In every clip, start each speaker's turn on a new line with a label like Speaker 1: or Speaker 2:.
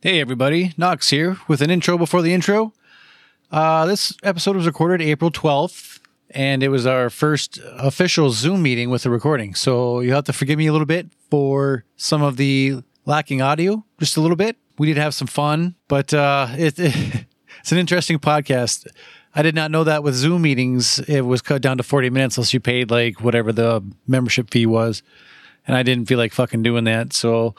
Speaker 1: Hey, everybody. Knox here with an intro before the intro. Uh, this episode was recorded April 12th, and it was our first official Zoom meeting with the recording. So you'll have to forgive me a little bit for some of the lacking audio, just a little bit. We did have some fun, but uh, it, it's an interesting podcast. I did not know that with Zoom meetings, it was cut down to 40 minutes unless you paid like whatever the membership fee was and I didn't feel like fucking doing that. So,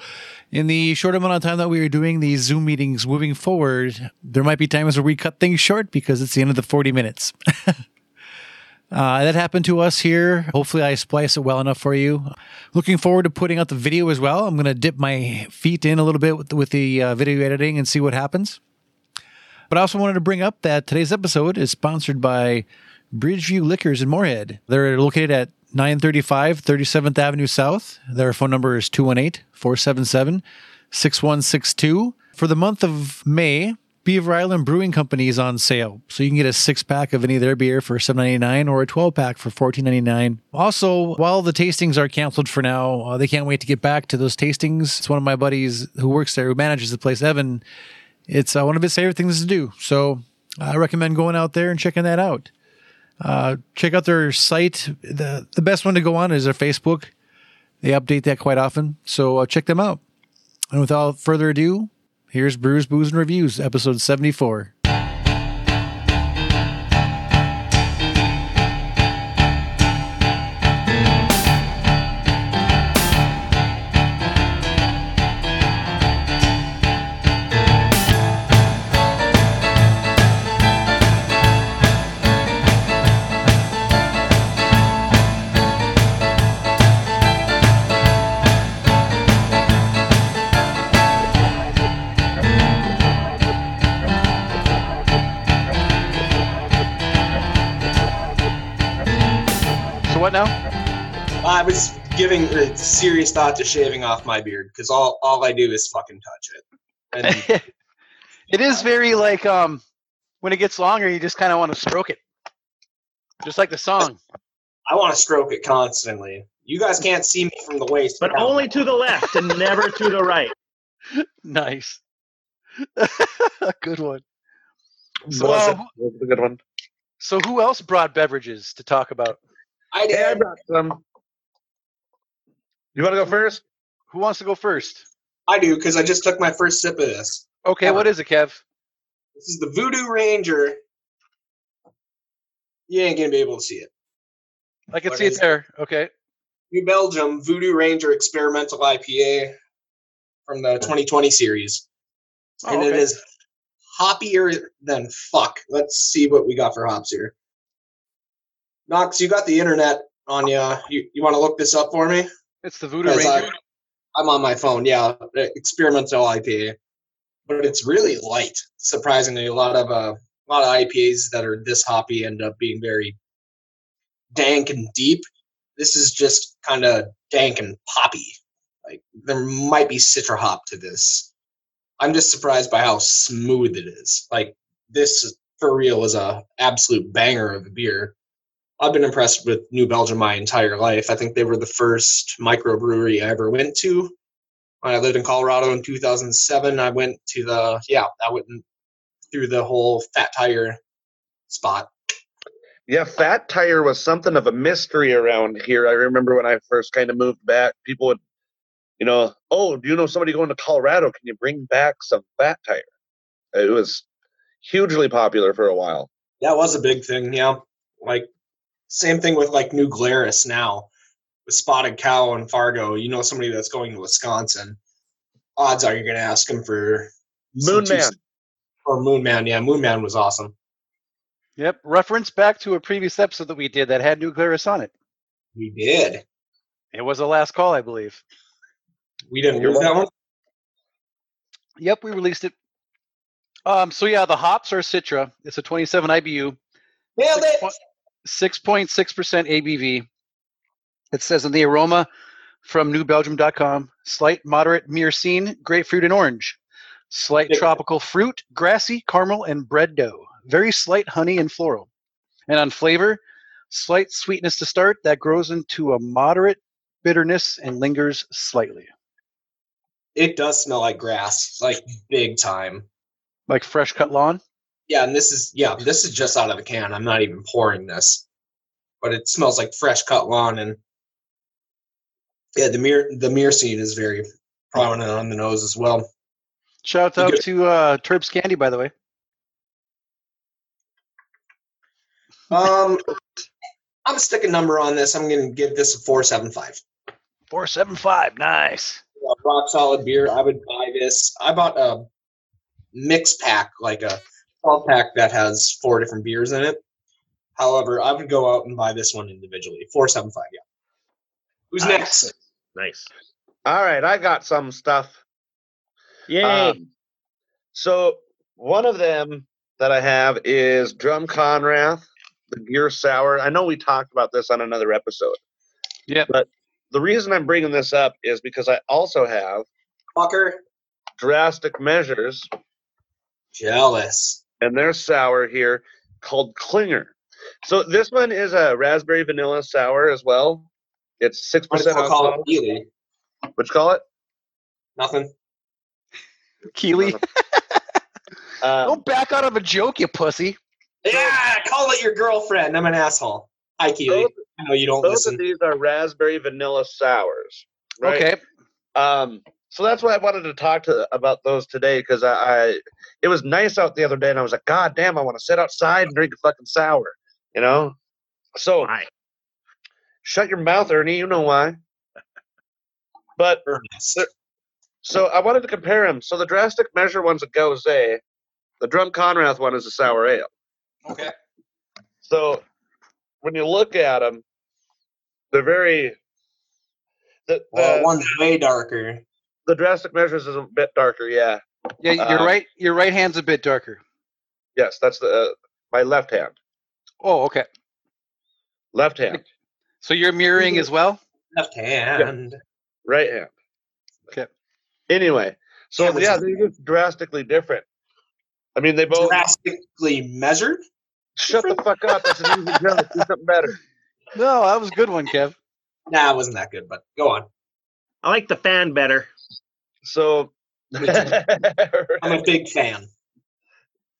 Speaker 1: in the short amount of time that we were doing these Zoom meetings moving forward, there might be times where we cut things short because it's the end of the 40 minutes. uh, that happened to us here. Hopefully, I splice it well enough for you. Looking forward to putting out the video as well. I'm going to dip my feet in a little bit with, with the uh, video editing and see what happens. But I also wanted to bring up that today's episode is sponsored by Bridgeview Liquors in Moorhead. They're located at 935 37th Avenue South. Their phone number is 218 477 6162. For the month of May, Beaver Island Brewing Company is on sale. So you can get a six pack of any of their beer for $7.99 or a 12 pack for $14.99. Also, while the tastings are canceled for now, uh, they can't wait to get back to those tastings. It's one of my buddies who works there, who manages the place, Evan. It's uh, one of his favorite things to do. So I recommend going out there and checking that out uh, check out their site. the The best one to go on is their Facebook. They update that quite often, so uh, check them out. And without further ado, here's Brews, Booze, and Reviews, episode seventy four.
Speaker 2: So what now?
Speaker 3: I was giving a serious thought to shaving off my beard because all, all I do is fucking touch it. And
Speaker 2: it is very like um when it gets longer you just kinda wanna stroke it. Just like the song.
Speaker 3: I want to stroke it constantly. You guys can't see me from the waist,
Speaker 4: but
Speaker 3: down.
Speaker 4: only to the left and never to the right.
Speaker 2: Nice. good one. So,
Speaker 5: That
Speaker 2: uh,
Speaker 5: was a good one.
Speaker 2: so who else brought beverages to talk about?
Speaker 3: I
Speaker 5: Hey, I
Speaker 3: did.
Speaker 5: brought some. You want to go first?
Speaker 2: Who wants to go first?
Speaker 3: I do because I just took my first sip of this.
Speaker 2: Okay,
Speaker 3: Uh,
Speaker 2: what is it, Kev?
Speaker 3: This is the Voodoo Ranger. You ain't gonna be able to see it.
Speaker 2: I can
Speaker 3: What
Speaker 2: see it
Speaker 3: is it?
Speaker 2: there. Okay.
Speaker 3: New Belgium Voodoo Ranger Experimental IPA from the 2020 series,
Speaker 2: Oh,
Speaker 3: and it
Speaker 2: okay.
Speaker 3: is hoppier than fuck. Let's see what we got for hops here. Knox, you got the internet on ya. You you want to look this up for me?
Speaker 2: It's the Voodoo
Speaker 3: As I-
Speaker 2: Ranger.
Speaker 3: I'm on my phone. Yeah, e, experimental IPA, but it's really light. Surprisingly, a lot of uh, a lot of IPAs that are this hoppy end up being very dank and deep. This is just kind of dank and poppy. Like there might be citra hop to this. I'm just surprised by how smooth it is. Like this is- for real is a absolute banger of a beer. I've been impressed with New Belgium my entire life. I think they were the first microbrewery I ever went to. When I lived in Colorado in 2007, I went to the yeah, I went and- through the whole Fat Tire spot.
Speaker 5: Yeah, Fat Tire was something of a mystery around here. I remember when I first kind of moved back, people would, you know, oh, do you know somebody going to Colorado? Can you bring back some Fat Tire? It was hugely popular for a while.
Speaker 3: That was a big thing, yeah. Like same thing with like New Glarus now with Spotted Cow and Fargo. You know somebody that's going to Wisconsin. Odds are you're going to ask them for some
Speaker 5: Moon
Speaker 3: two-
Speaker 5: Man.
Speaker 3: or Moon Man. Yeah, Moon Man was awesome.
Speaker 2: Yep. Reference back to a previous episode that we did that had New Glarus on it.
Speaker 3: We did.
Speaker 2: It was the last call, I believe.
Speaker 3: We didn't
Speaker 5: You're
Speaker 3: move that one.
Speaker 2: Yep, we released it. Um, so yeah, the hops are Citra. It's a 27 IBU,
Speaker 3: Nailed it.
Speaker 2: 6.6% ABV. It says in the aroma from newbelgium.com, slight, moderate, myrcene, grapefruit, and orange. Slight
Speaker 3: Yeah.
Speaker 2: tropical fruit, grassy, caramel, and bread dough. Very slight honey and floral. And on flavor, slight sweetness to start that grows into a moderate bitterness and lingers slightly.
Speaker 3: It does smell like grass, like big time.
Speaker 2: Like fresh cut lawn.
Speaker 3: Yeah, and this is yeah, this is just out of the can. I'm not even pouring this, but it smells like fresh cut lawn, and yeah, the mirror the mirror scene is very prominent on the nose as well.
Speaker 2: Shout out
Speaker 3: Good.
Speaker 2: to uh, Terps Candy, by the way.
Speaker 3: Um, I'm sticking number on this. I'm going to give this a four seven five.
Speaker 2: Four seven five. Nice.
Speaker 3: a rock solid beer. I would buy this. I bought a mix pack, like a 12 pack that has four different beers in it. However, I would go out and buy this one individually. 475, yeah. Who's
Speaker 4: Nice.
Speaker 3: next?
Speaker 4: Nice.
Speaker 5: All right, I got some stuff.
Speaker 4: Yay.
Speaker 5: Um, so one of them that I have is Drum Conrath, the Gear Sour. I know we talked about this on another episode.
Speaker 2: Yep.
Speaker 5: But the reason I'm bringing this up is because I also have
Speaker 3: Fucker.
Speaker 5: drastic measures
Speaker 3: Jealous.
Speaker 5: and their sour here called Klinger. So this one is a raspberry vanilla sour as well. It's six
Speaker 3: What
Speaker 5: percent
Speaker 3: do you call
Speaker 5: alcohol.
Speaker 3: it? Ely.
Speaker 5: What you call it?
Speaker 3: Nothing.
Speaker 2: Keely,
Speaker 5: Um,
Speaker 2: don't back out of a joke, you pussy.
Speaker 3: Yeah, call it your girlfriend. I'm an asshole. Hi, Keely.
Speaker 5: both,
Speaker 3: I know you don't
Speaker 5: both of
Speaker 3: listen.
Speaker 5: these are raspberry vanilla sours. Right?
Speaker 2: Okay.
Speaker 5: Um, so that's why I wanted to talk to about those today because I, I it was nice out the other day and I was like, God damn, I want to sit outside and drink a fucking sour, you know. So
Speaker 4: Why?
Speaker 5: shut your mouth, Ernie. You know why. But
Speaker 3: Ernest.
Speaker 5: They're- so I wanted to compare them. So the drastic measure one's a Gose, the Drum Conrath one is a sour ale.
Speaker 3: Okay.
Speaker 5: So when you look at them, they're very the the,
Speaker 3: Well, one's way darker.
Speaker 5: the drastic measures is a bit darker. Yeah.
Speaker 2: Yeah, your
Speaker 5: Um,
Speaker 2: right your right hand's a bit darker.
Speaker 5: Yes, that's the uh, my left hand.
Speaker 2: Oh, okay.
Speaker 5: Left hand.
Speaker 2: So you're mirroring as well.
Speaker 3: Left hand.
Speaker 5: right hand.
Speaker 2: Okay.
Speaker 5: Anyway, so
Speaker 3: Yeah,
Speaker 5: yeah,
Speaker 3: which is-
Speaker 5: they're just drastically different. I mean, they both
Speaker 3: Drastically measured.
Speaker 5: shut the fuck up. That's an easy joke. Do something better.
Speaker 2: No, that was a good one, Kev.
Speaker 3: Nah, it wasn't that good, but go on.
Speaker 4: I like the fan better.
Speaker 5: So,
Speaker 3: I'm a big fan.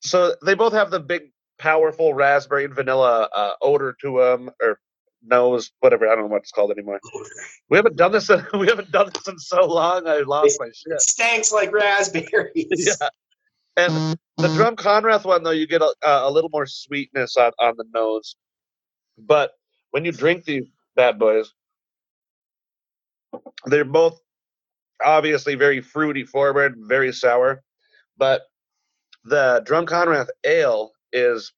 Speaker 5: so they both have the big, powerful raspberry and vanilla uh, odor to them, or nose, whatever. I don't know what it's called anymore. We haven't done this. In, we haven't done this in so long. I lost my shit.
Speaker 3: It stinks like raspberries.
Speaker 5: yeah. And the Drum Conrath one, though, you get a, a little more sweetness on, on the nose. But when you drink these bad boys, they're both obviously very fruity forward, very sour. But the Drum Conrath ale is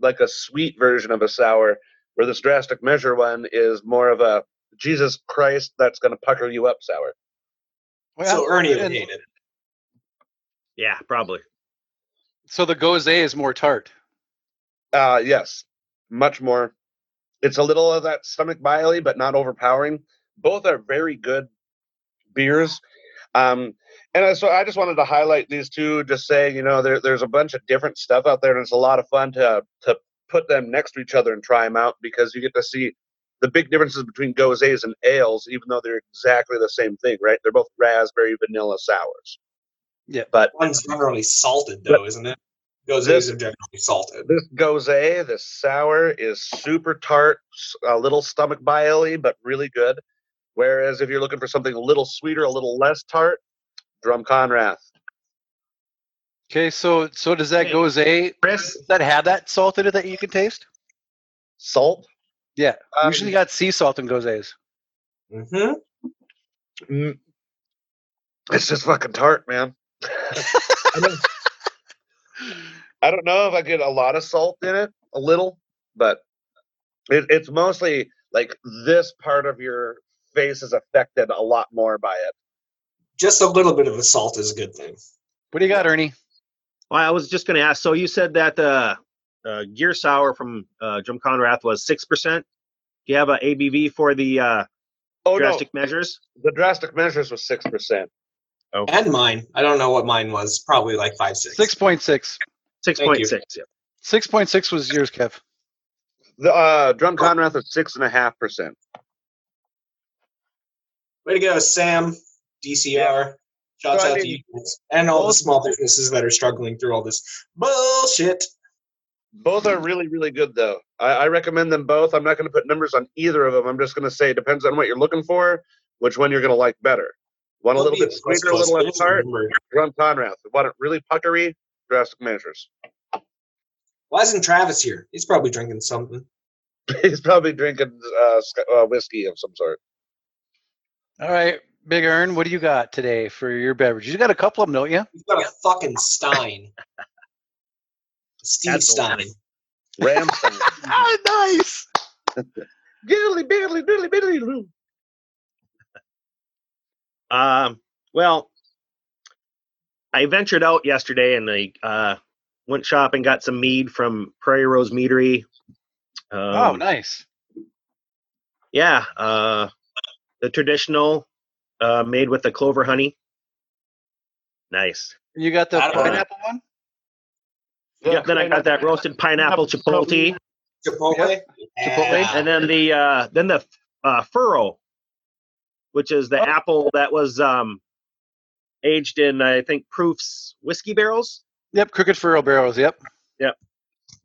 Speaker 5: like a sweet version of a sour, where this drastic measure one is more of a Jesus Christ, that's going to pucker you up sour.
Speaker 3: So Ernie would
Speaker 2: and-
Speaker 3: hate it.
Speaker 4: Yeah, probably.
Speaker 2: so the goze is more tart.
Speaker 5: Uh yes, much more. It's a little of that stomach biley, but not overpowering. Both are very good beers. Um, and I- so I just wanted to highlight these two, just saying, you know, there, there's a bunch of different stuff out there, and it's a lot of fun to to put them next to each other and try them out because you get to see the big differences between gozes and ales, even though they're exactly the same thing, right? They're both raspberry vanilla sours.
Speaker 3: One's generally salted, though, isn't it? Those eggs are generally salted.
Speaker 5: This gose, this sour, is super tart, s- a little stomach biley, but really good. Whereas if you're looking for something a little sweeter, a little less tart, Drum Conrath.
Speaker 2: Okay, so so does that
Speaker 4: Hey.
Speaker 2: goze does
Speaker 4: Chris,
Speaker 2: that have that salt in it that you can taste?
Speaker 5: Salt?
Speaker 2: Yeah,
Speaker 5: Um,
Speaker 2: Usually got sea salt in gozes.
Speaker 3: Mm-hmm.
Speaker 5: mm, it's just fucking tart, man. I, don't, I don't know if I get a lot of salt in it, a little, but it, it's mostly like this part of your face is affected a lot more by it.
Speaker 3: Just a little bit of a salt is a good thing.
Speaker 2: What do you got, Ernie?
Speaker 4: well, I was just going to ask. So you said that the uh, Gear Sour from uh, Drum Conrath was 6%. Do you have a ABV for the uh,
Speaker 5: Oh,
Speaker 4: drastic measures?
Speaker 5: no. The drastic measures was 6%.
Speaker 3: And mine. I don't know what mine was. Probably like five, six.
Speaker 2: Six point six.
Speaker 4: 6.6. Yeah.
Speaker 2: Six point six was yours, Kev.
Speaker 5: The uh, drum Conrath is six and a half percent.
Speaker 3: Way to go, Sam. DCR. Shouts
Speaker 5: So, I
Speaker 3: out to
Speaker 5: mean-
Speaker 3: you guys and all the small businesses that are struggling through all this bullshit.
Speaker 5: Both are really, really good, though. I, I recommend them both. I'm not going to put numbers on either of them. I'm just going to say it depends on what you're looking for, which one you're going to like better. Want a little bit sweeter, a little less tart? Run Conrad. Want it really puckery? Drastic measures.
Speaker 3: Why isn't Travis here? He's probably drinking something.
Speaker 5: He's probably drinking uh, sc- uh, whiskey of some sort.
Speaker 2: All right, Big Earn, what do you got today for your beverage? You got a couple of them, don't you?
Speaker 3: He's got a fucking Stein. Steve
Speaker 4: That's the
Speaker 3: Stein.
Speaker 4: one.
Speaker 5: Ramson.
Speaker 2: Ah, nice.
Speaker 5: Giddly, biddly, diddly, biddly, doo.
Speaker 4: Um, well, I ventured out yesterday and I uh, went shopping, got some mead from Prairie Rose Meadery. Um,
Speaker 2: oh, nice.
Speaker 4: Yeah, uh, the traditional uh, made with the clover honey. Nice.
Speaker 2: You got the
Speaker 3: I don't know.
Speaker 2: pineapple one?
Speaker 4: Yep, then I got that roasted pineapple chipotle,
Speaker 3: Chipotle?
Speaker 2: Yep. Chipotle.
Speaker 3: Yeah.
Speaker 4: and then the uh, then the uh, furrow, which is
Speaker 5: Oh.
Speaker 4: the apple that was um, aged in I think Proof's whiskey barrels.
Speaker 2: Yep, crooked furrow barrels. Yep.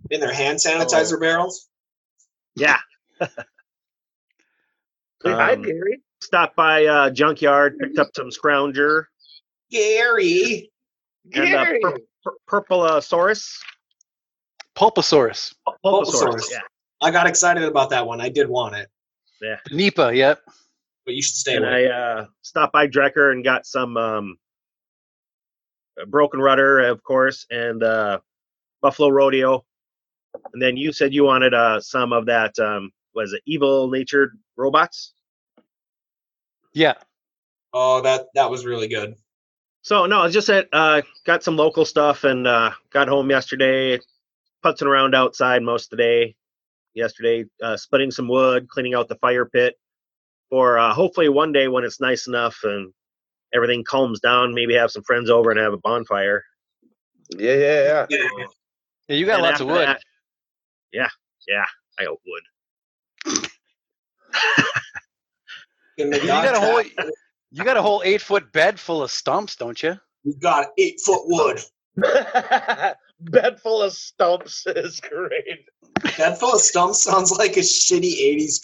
Speaker 3: in their hand sanitizer barrels.
Speaker 4: Yeah,
Speaker 5: Say Hi,
Speaker 4: Um,
Speaker 5: Gary.
Speaker 4: stopped by uh, junkyard, picked up some scrounger
Speaker 3: Gary.
Speaker 4: and uh,
Speaker 5: Gary.
Speaker 4: pur- pur- purpleosaurus.
Speaker 2: Pulposaurus.
Speaker 3: Pulposaurus.
Speaker 4: Yeah,
Speaker 3: I got excited about that one. I did want it,
Speaker 2: Nipa, yep.
Speaker 3: but you should stay
Speaker 4: and
Speaker 3: away.
Speaker 4: I uh, stopped by Drecker and got some um, uh, broken rudder, of course, and uh, buffalo rodeo. And then you said you wanted uh, some of that. Um, was it evil natured robots?
Speaker 2: Yeah.
Speaker 3: Oh, that that was really good.
Speaker 4: So no, it's just that uh, got some local stuff and uh, got home yesterday, putzing around outside most of the day. Yesterday, uh, splitting some wood, cleaning out the fire pit for uh, hopefully one day when it's nice enough and everything calms down, maybe have some friends over and have a bonfire.
Speaker 5: Yeah, yeah, yeah.
Speaker 3: Yeah.
Speaker 2: Yeah, you got
Speaker 4: And
Speaker 2: lots of
Speaker 4: after
Speaker 2: wood.
Speaker 4: that- yeah, yeah, I got wood.
Speaker 3: In the
Speaker 2: You got a
Speaker 3: contract,
Speaker 2: whole you got a whole eight foot bed full of stumps, don't you?
Speaker 3: we got eight foot wood.
Speaker 5: Bed full of stumps is great.
Speaker 3: That full of stumps sounds like a shitty '80s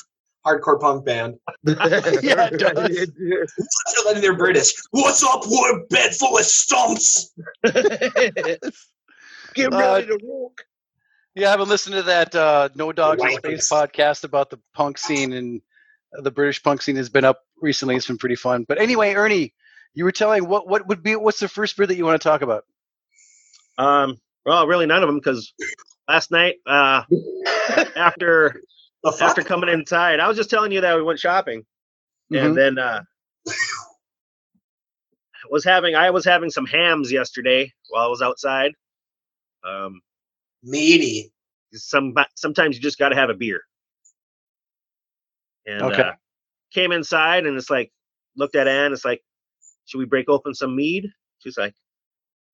Speaker 3: hardcore punk band.
Speaker 5: yeah,
Speaker 2: it does.
Speaker 3: Other than they're British. What's up, wood? Bed full of stumps.
Speaker 5: Get
Speaker 2: Uh,
Speaker 5: ready to walk.
Speaker 2: Yeah, I've been listening to that uh, No Dogs in
Speaker 3: Wankers.
Speaker 2: Space podcast about the punk scene and the British punk scene has been up recently. It's been pretty fun. But anyway, Ernie, you were telling what what would be what's the first beer that you want to talk about?
Speaker 4: Um, well, really none of them because last night uh, after
Speaker 3: The fuck?
Speaker 4: after coming inside, I was just telling you that we went shopping.
Speaker 2: Mhm.
Speaker 4: and then uh was having I was having some hams yesterday while I was outside. Um
Speaker 3: Meaty.
Speaker 4: some sometimes you just got to have a beer. And
Speaker 2: Okay.
Speaker 4: uh, came inside and it's like looked at Anne it's like should we break open some mead? She's like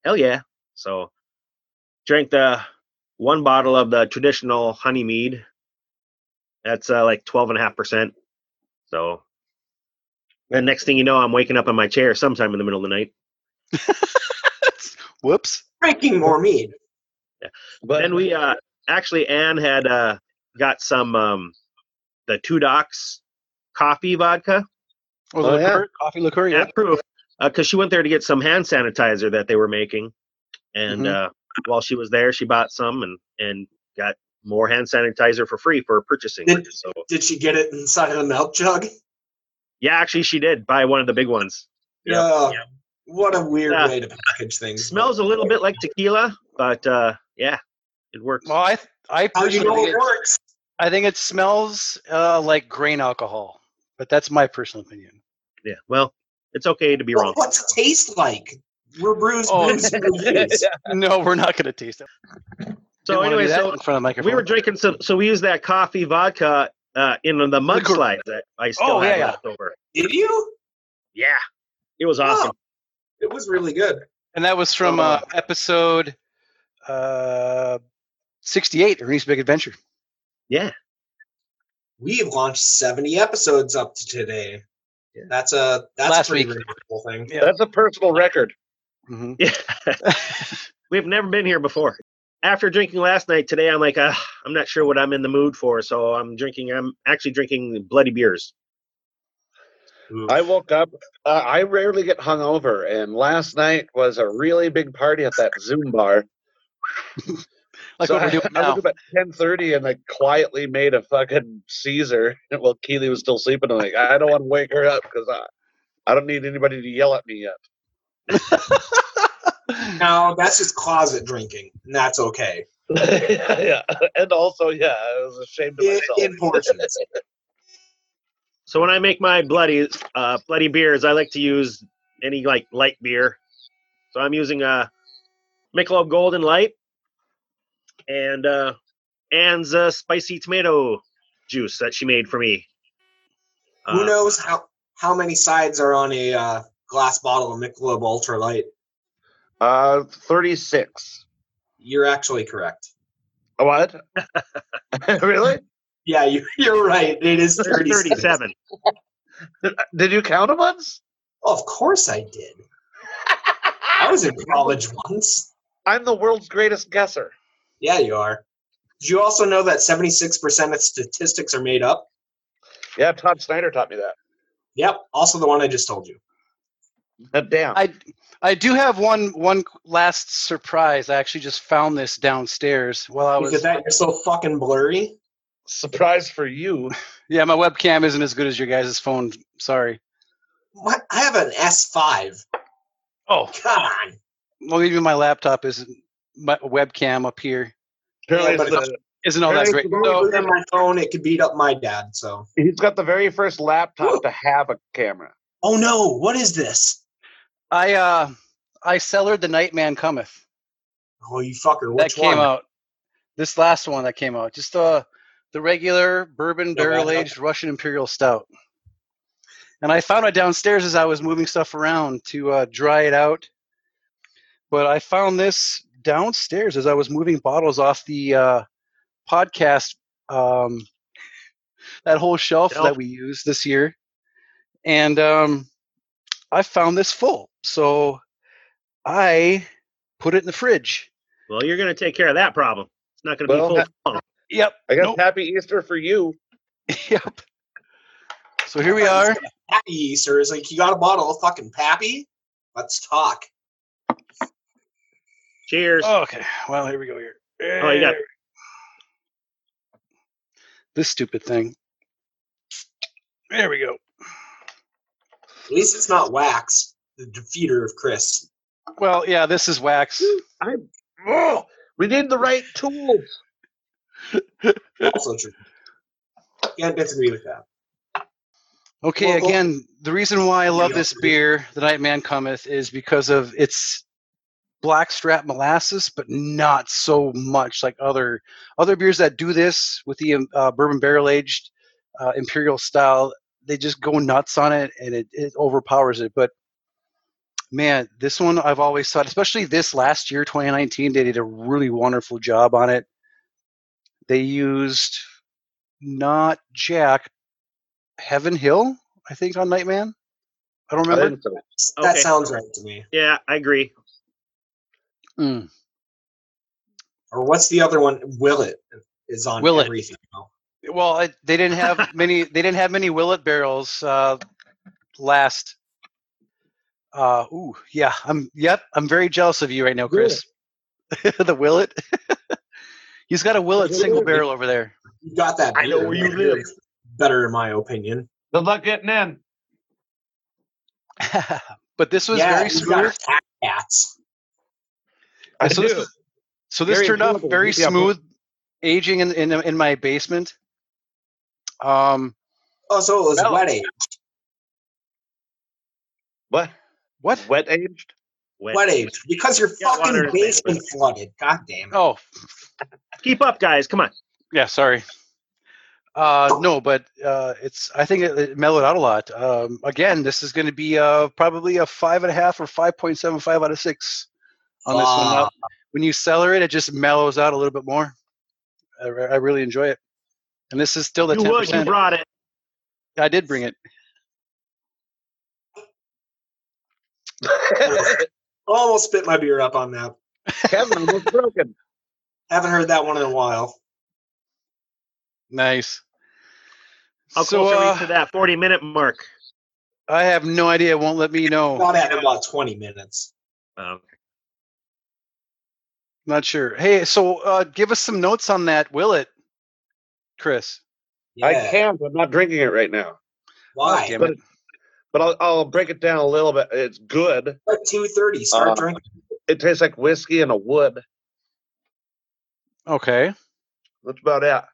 Speaker 4: hell yeah. So drank the one bottle of the traditional honey mead. That's uh, like 12.5%. So and next thing you know, I'm waking up in my chair sometime in the middle of the night.
Speaker 2: Whoops.
Speaker 3: Drinking more mead.
Speaker 5: But
Speaker 4: then we uh actually Anne had uh got some um the two docs coffee vodka
Speaker 2: Or the
Speaker 5: Oh, yeah.
Speaker 2: liqueur, coffee liqueur, yeah.
Speaker 4: at proof because she went there to get some hand sanitizer that they were making and
Speaker 2: Mhm.
Speaker 4: uh while she was there she bought some and and got more hand sanitizer for free for purchasing
Speaker 3: Did-
Speaker 4: so
Speaker 3: Did she get it inside of the milk jug?
Speaker 4: yeah actually she did buy one of the big ones Yeah.
Speaker 3: Oh, What a weird
Speaker 4: Yeah.
Speaker 3: way to package things.
Speaker 4: smells a little bit like tequila but uh yeah it works
Speaker 2: Well, I th- I
Speaker 3: How you
Speaker 2: personally
Speaker 3: know
Speaker 2: think
Speaker 3: it
Speaker 2: it-
Speaker 3: works?
Speaker 2: I think it smells uh, like grain alcohol, but that's my personal opinion.
Speaker 4: yeah well it's okay to be
Speaker 3: Well,
Speaker 4: wrong
Speaker 3: What's it taste like? We're brews,
Speaker 2: Oh.
Speaker 3: brews, brews.
Speaker 2: No, we're not going to taste it.
Speaker 4: so
Speaker 2: Didn't wanna do
Speaker 4: anyway
Speaker 2: that
Speaker 4: so
Speaker 2: in front of the microphone.
Speaker 4: we were drinking some so we used that coffee vodka uh in the mudslide that i still
Speaker 2: Oh, yeah,
Speaker 4: have
Speaker 2: yeah.
Speaker 4: left over
Speaker 3: Did you?
Speaker 4: yeah it was awesome
Speaker 3: It was really good.
Speaker 2: and that was from uh, episode uh, 68, Ernie's Big Adventure.
Speaker 4: yeah
Speaker 3: We have launched 70 episodes up to today. That's a that's
Speaker 2: Last
Speaker 3: a pretty
Speaker 2: week.
Speaker 3: remarkable thing.
Speaker 2: Yeah.
Speaker 5: That's a personal record.
Speaker 2: hmm
Speaker 4: Yeah. We've never been here before. After drinking last night, today I'm like, ah, I'm not sure what I'm in the mood for, so I'm drinking. I'm actually drinking bloody beers.
Speaker 3: Ooh.
Speaker 5: I woke up. Uh, I rarely get hungover, and last night was a really big party at that Zoom bar.
Speaker 2: Like
Speaker 5: So
Speaker 2: what
Speaker 5: I,
Speaker 2: we're doing
Speaker 5: I
Speaker 2: now.
Speaker 5: woke up at ten thirty and like quietly made a fucking Caesar while Keely was still sleeping. I'm like, I don't want to wake her up because I, I don't need anybody to yell at me yet.
Speaker 3: No, that's just closet drinking, and that's okay.
Speaker 5: yeah, and also, yeah, I was ashamed of
Speaker 3: In,
Speaker 5: myself.
Speaker 3: in portions.
Speaker 4: So when I make my bloody uh, bloody beers, I like to use any like light beer. So I'm using a Michelob Golden Light and uh, Anne's uh, spicy tomato juice that she made for me.
Speaker 3: Who
Speaker 4: Uh,
Speaker 3: knows how how many sides are on a uh, glass bottle of Michelob Ultra Light?
Speaker 5: Uh, thirty-six.
Speaker 3: You're actually correct.
Speaker 5: What? really?
Speaker 3: Yeah, you, you're right. It is
Speaker 4: there's
Speaker 3: 36.
Speaker 4: 37.
Speaker 5: Did you count them once?
Speaker 3: Of course I did. I was in college once.
Speaker 5: I'm the world's greatest guesser.
Speaker 3: Yeah, you are. Did you also know that 76% of statistics are made up?
Speaker 5: Yeah, Todd Snyder taught me
Speaker 3: Yep. Also, the one I just told you.
Speaker 5: that. Uh, Damn.
Speaker 2: I I do have one one last surprise. I actually just found this downstairs while I
Speaker 3: Look at
Speaker 2: was.
Speaker 3: that. You're so fucking blurry.
Speaker 5: Surprise for you.
Speaker 2: Yeah, my webcam isn't as good as your guys' phone. Sorry.
Speaker 3: What? I have an S5.
Speaker 2: Oh,
Speaker 3: Come on.
Speaker 2: well, even my laptop isn't. My webcam up here
Speaker 5: Apparently
Speaker 3: Yeah,
Speaker 5: it's
Speaker 3: but
Speaker 5: the-
Speaker 2: isn't all that
Speaker 3: Apparently,
Speaker 2: Oh,
Speaker 3: if
Speaker 2: great.
Speaker 3: it was on
Speaker 2: So-
Speaker 3: my phone, it could beat up my dad. So.
Speaker 5: he's got the very first laptop to have a camera.
Speaker 3: Oh no! What is this?
Speaker 2: I uh I cellared the Nightman Cometh.
Speaker 3: Oh, you fucker!
Speaker 2: That
Speaker 3: Which
Speaker 2: came
Speaker 3: one?
Speaker 2: out. This last one that came out. Just uh the regular bourbon
Speaker 3: Yeah,
Speaker 2: barrel
Speaker 3: yeah.
Speaker 2: aged Russian Imperial Stout. And I found it downstairs as I was moving stuff around to uh, dry it out. But I found this downstairs as I was moving bottles off the uh, podcast um, that whole shelf
Speaker 4: Shelf.
Speaker 2: that we used this year. And um, I found this full. So I put it in the fridge.
Speaker 4: Well, you're going to take care of that problem. It's not going to
Speaker 5: Well,
Speaker 4: be full.
Speaker 5: that-
Speaker 4: for long.
Speaker 2: Yep.
Speaker 5: I guess
Speaker 2: Nope.
Speaker 5: happy Easter for you.
Speaker 2: Yep. So here we are.
Speaker 3: Pappy Easter is like you got a bottle of fucking Pappy. Let's talk.
Speaker 4: Cheers.
Speaker 2: Oh, okay. Well, here we go. Here.
Speaker 4: Oh, you got-
Speaker 2: There. this stupid thing. There we go.
Speaker 3: At least it's not wax. The defeater of Chris.
Speaker 2: Well, yeah, this is wax.
Speaker 5: Oh, we need the right tools.
Speaker 3: Also true. Can't disagree with that.
Speaker 2: Okay,
Speaker 3: Well, well-
Speaker 2: again, the reason why I love
Speaker 3: Yeah.
Speaker 2: this beer, The Nightman Cometh, is because of its blackstrap molasses, but not so much like other other beers that do this with the um, uh, bourbon barrel aged uh, imperial style. They just go nuts on it, and it, it overpowers it. But man, this one I've always thought, especially this last year, 2019, they did a really wonderful job on it. They used not Jack, Heaven Hill, I think, on Nightman. I don't
Speaker 5: I
Speaker 2: remember.
Speaker 5: think so.
Speaker 3: That
Speaker 4: Okay.
Speaker 3: sounds right to me.
Speaker 4: Yeah, I agree.
Speaker 2: Mm.
Speaker 3: Or what's the other one? Will it is on
Speaker 2: Will It.
Speaker 3: everything. now.
Speaker 2: Well, I, they didn't have many. They didn't have many Willet barrels uh, last. Uh, ooh, yeah. I'm. Yep. I'm very jealous of you right now, Chris. the Willet. He's got a Willet single barrel over there.
Speaker 3: You got that.
Speaker 5: I know
Speaker 3: beer.
Speaker 5: where you
Speaker 3: That
Speaker 5: live.
Speaker 3: beer is Better in my opinion.
Speaker 5: Good luck getting in.
Speaker 2: but this was very
Speaker 3: you got
Speaker 2: smooth.
Speaker 3: attack cats.
Speaker 5: I
Speaker 2: So this
Speaker 5: do.
Speaker 2: is- So this
Speaker 5: Very
Speaker 2: turned out
Speaker 5: doable.
Speaker 2: very
Speaker 5: Yeah, but-
Speaker 2: smooth, aging in, in in my basement. Um,
Speaker 3: Oh, so it was
Speaker 2: Well-
Speaker 3: wet age.
Speaker 5: What?
Speaker 2: what?
Speaker 5: Wet aged?
Speaker 4: Wet.
Speaker 3: Wet age. Because your
Speaker 4: Yeah,
Speaker 3: fucking
Speaker 4: water is bad.
Speaker 3: basement flooded. God damn it.
Speaker 2: Oh,
Speaker 4: Keep up, guys. Come on.
Speaker 2: yeah sorry uh no but uh it's i think it, it mellowed out a lot um again this is going to be uh probably a five and a half or 5.75 out of six on this one Now, when you cellar it it just mellows out a little bit more i, re- I really enjoy it and this is still the
Speaker 4: You would. You
Speaker 2: 10%
Speaker 4: brought it.
Speaker 2: i did bring it
Speaker 3: Almost spit my beer up on that.
Speaker 5: Kevin was broken.
Speaker 3: Haven't heard that one in a while.
Speaker 2: Nice.
Speaker 4: How
Speaker 2: so
Speaker 4: close are
Speaker 2: uh,
Speaker 4: we to that 40 minute mark?
Speaker 2: I have no idea. It won't let me know.
Speaker 5: Oh,
Speaker 3: Not at in about 20 minutes.
Speaker 4: Um,
Speaker 2: Not sure. Hey, so uh, give us some notes on that. Will it, Chris?
Speaker 5: I
Speaker 3: Yeah.
Speaker 5: can't. I'm not drinking it right now.
Speaker 3: Why?
Speaker 2: Damn it.
Speaker 5: But I'll, I'll break it down a little bit. It's good.
Speaker 3: At 2.30, start
Speaker 5: Uh,
Speaker 3: drinking.
Speaker 5: It tastes like whiskey and a wood.
Speaker 2: Okay.
Speaker 5: That's about it.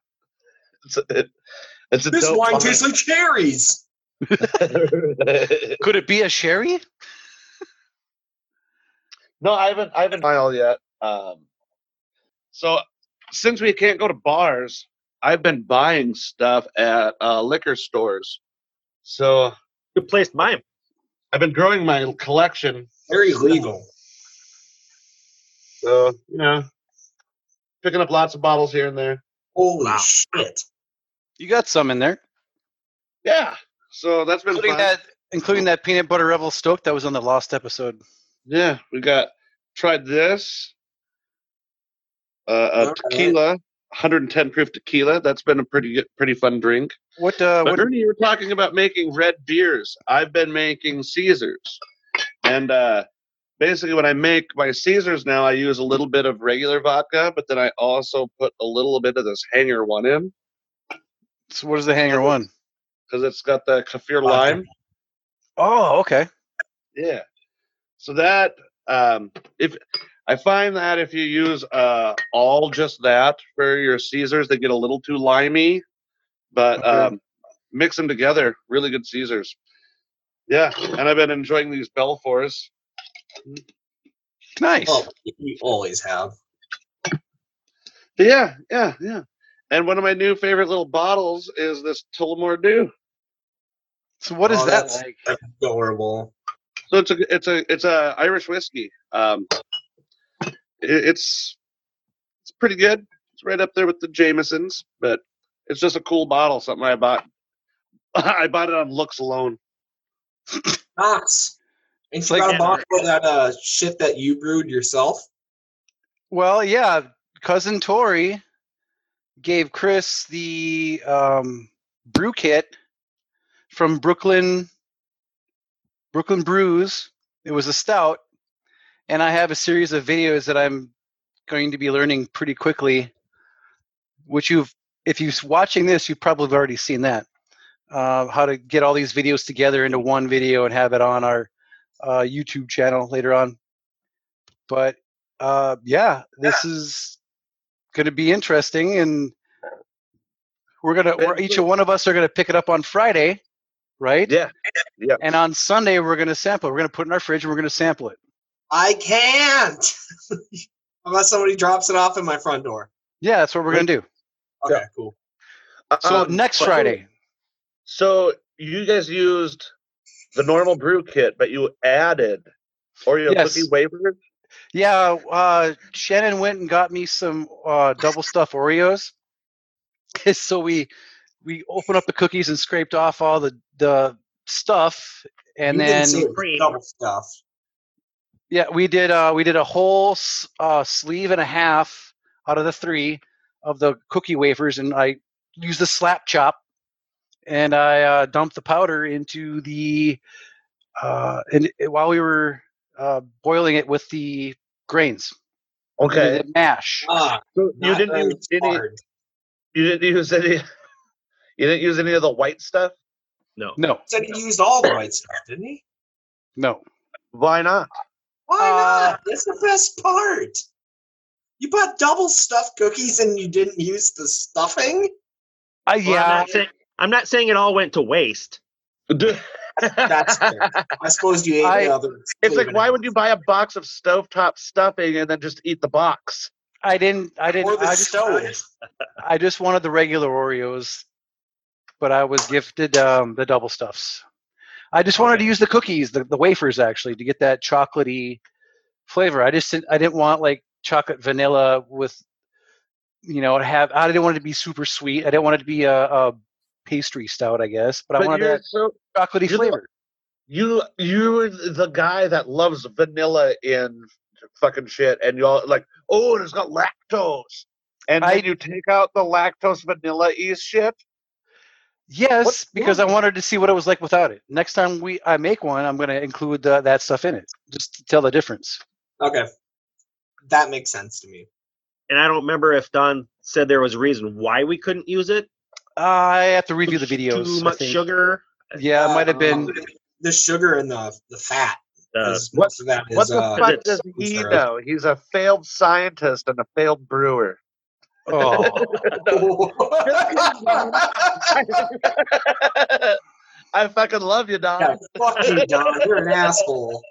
Speaker 5: It's a, it, it's a
Speaker 3: This
Speaker 5: dope
Speaker 3: wine
Speaker 5: wine.
Speaker 3: tastes like cherries.
Speaker 2: Could it be a sherry?
Speaker 5: no, I haven't. I haven't filed yet. Um, so since we can't go to bars, I've been buying stuff at uh, liquor stores. So
Speaker 4: good place to buy 'em.
Speaker 5: I've been growing my collection.
Speaker 3: Very legal.
Speaker 5: So you know, picking up lots of bottles here and there.
Speaker 3: Holy
Speaker 4: Wow.
Speaker 3: shit.
Speaker 2: You got some in there,
Speaker 5: Yeah. So that's been
Speaker 2: including
Speaker 5: fun.
Speaker 2: that, including that peanut butter rebel Stoke that was on the last episode.
Speaker 5: Yeah, we got tried this. Uh,
Speaker 3: All right.
Speaker 5: a tequila, 110 proof tequila. That's been a pretty good- pretty fun drink.
Speaker 2: What? Uh,
Speaker 5: But
Speaker 2: what?
Speaker 5: Ernie, you were talking about making red beers. I've been making Caesars, and uh, basically, when I make my Caesars now, I use a little bit of regular vodka, but then I also put a little bit of this hanger one in
Speaker 2: So what is the hanger one?
Speaker 5: because it's got the kaffir
Speaker 3: Vodka.
Speaker 5: lime.
Speaker 2: Oh, okay.
Speaker 5: Yeah. So that um, if I find that if you use uh, all just that for your Caesars, they get a little too limey. But
Speaker 2: Okay.
Speaker 5: um, mix them together, really good Caesars. Yeah, and I've been enjoying these Belfors.
Speaker 2: Nice.
Speaker 3: Oh, you always have.
Speaker 5: Yeah, yeah, yeah. And one of my new favorite little bottles is this Tullamore Dew.
Speaker 2: so what is
Speaker 3: Oh,
Speaker 2: that
Speaker 3: that's-
Speaker 2: like?
Speaker 3: Adorable.
Speaker 5: So it's a it's a it's a Irish whiskey. Um, it- it's it's pretty good. It's right up there with the Jamesons, but it's just a cool bottle. Something I bought. I bought it on looks alone.
Speaker 3: Knox. And you
Speaker 2: like-
Speaker 3: got a bottle of that uh, shit that you brewed yourself?
Speaker 2: Well, yeah, cousin Tori gave Chris the um, brew kit from Brooklyn Brooklyn Brews. It was a stout, and I have a series of videos that I'm going to be learning pretty quickly. Which you've, if you're watching this, you've probably already seen that. Uh, how to get all these videos together into one video and have it on our uh, YouTube channel later on. But uh, yeah, this is going to be interesting, and we're gonna we're, each one of us are gonna pick it up on Friday, right?
Speaker 5: Yeah, yeah.
Speaker 2: And on Sunday we're gonna sample. it. We're gonna put it in our fridge and we're gonna sample it.
Speaker 3: I can't. Unless somebody drops it off at my front door.
Speaker 2: Yeah, that's what we're gonna do.
Speaker 3: Okay, cool. Uh,
Speaker 2: So
Speaker 5: Um,
Speaker 2: next
Speaker 5: but-
Speaker 2: Friday.
Speaker 5: So you guys used the normal brew kit, but you added or you
Speaker 2: Yes.
Speaker 5: cookie wafers.
Speaker 2: Yeah, uh, Shannon went and got me some uh, double stuff Oreos. so we we opened up the cookies and scraped off all the the stuff, and
Speaker 3: You
Speaker 2: then
Speaker 3: didn't say
Speaker 4: Cream.
Speaker 3: double stuff.
Speaker 2: Yeah, we did. Uh, we did a whole s- uh, sleeve and a half out of the three of the cookie wafers, and I used the slap chop, and I uh, dumped the powder into the uh, and it- while we were uh, boiling it with the grains, with
Speaker 5: Okay.
Speaker 2: the mash.
Speaker 3: Ah,
Speaker 5: So you
Speaker 3: not
Speaker 5: didn't
Speaker 3: very
Speaker 5: use any.
Speaker 3: hard.
Speaker 5: You didn't use any. You didn't use any of the white stuff.
Speaker 4: No.
Speaker 2: No,
Speaker 3: Said he used all the white stuff, didn't he?
Speaker 2: no.
Speaker 5: Why not?
Speaker 3: Why
Speaker 2: Uh,
Speaker 3: not? That's the best part. You bought double stuffed cookies and you didn't use the stuffing?
Speaker 2: I
Speaker 4: Well, I'm,
Speaker 2: yeah,
Speaker 4: not saying, I'm not saying it all went to waste.
Speaker 3: That's fair. I suppose you ate
Speaker 2: I-
Speaker 3: another.
Speaker 5: it's like why would you buy a box of stovetop stuffing and then just eat the box?
Speaker 2: I didn't. I didn't.
Speaker 3: Or the
Speaker 2: I just,
Speaker 3: stove.
Speaker 2: I just wanted the regular Oreos, but I was gifted um, the double stuffs. I just wanted to
Speaker 4: Okay.
Speaker 2: use the cookies, the, the wafers actually, to get that chocolatey flavor. I just didn't, I didn't want like chocolate vanilla with, you know, to have. I didn't want it to be super sweet. I didn't want it to be a, a pastry stout, I guess, but, I
Speaker 5: But
Speaker 2: wanted
Speaker 5: you're
Speaker 2: that
Speaker 5: so
Speaker 2: chocolatey
Speaker 5: you're the-
Speaker 2: flavor.
Speaker 5: you you're the guy that loves vanilla in fucking shit, and you all like, oh, it's got lactose, and
Speaker 2: I-
Speaker 5: then you take out the lactose vanilla e shit.
Speaker 2: Yes,
Speaker 5: What's
Speaker 2: because I wanted to see what it was like without it. Next time we I make one, I'm going to include uh, that stuff in it just to tell the difference.
Speaker 3: Okay, that makes sense to me.
Speaker 4: And I don't remember if Don said there was a reason why we couldn't use it.
Speaker 2: I have to review the
Speaker 4: Too
Speaker 2: videos. I
Speaker 4: much
Speaker 2: think.
Speaker 4: sugar.
Speaker 2: Yeah, it might have been.
Speaker 3: Um, the sugar and the the fat.
Speaker 4: Uh,
Speaker 3: is-
Speaker 5: what-
Speaker 3: most of that is,
Speaker 5: What the
Speaker 3: uh,
Speaker 5: fuck
Speaker 4: it's-
Speaker 5: does
Speaker 3: it's
Speaker 5: he
Speaker 3: their-
Speaker 5: know? He's a failed scientist and a failed brewer.
Speaker 2: Oh,
Speaker 5: I fucking love you, Don.
Speaker 3: Yeah, fuck you, Don. You're an asshole.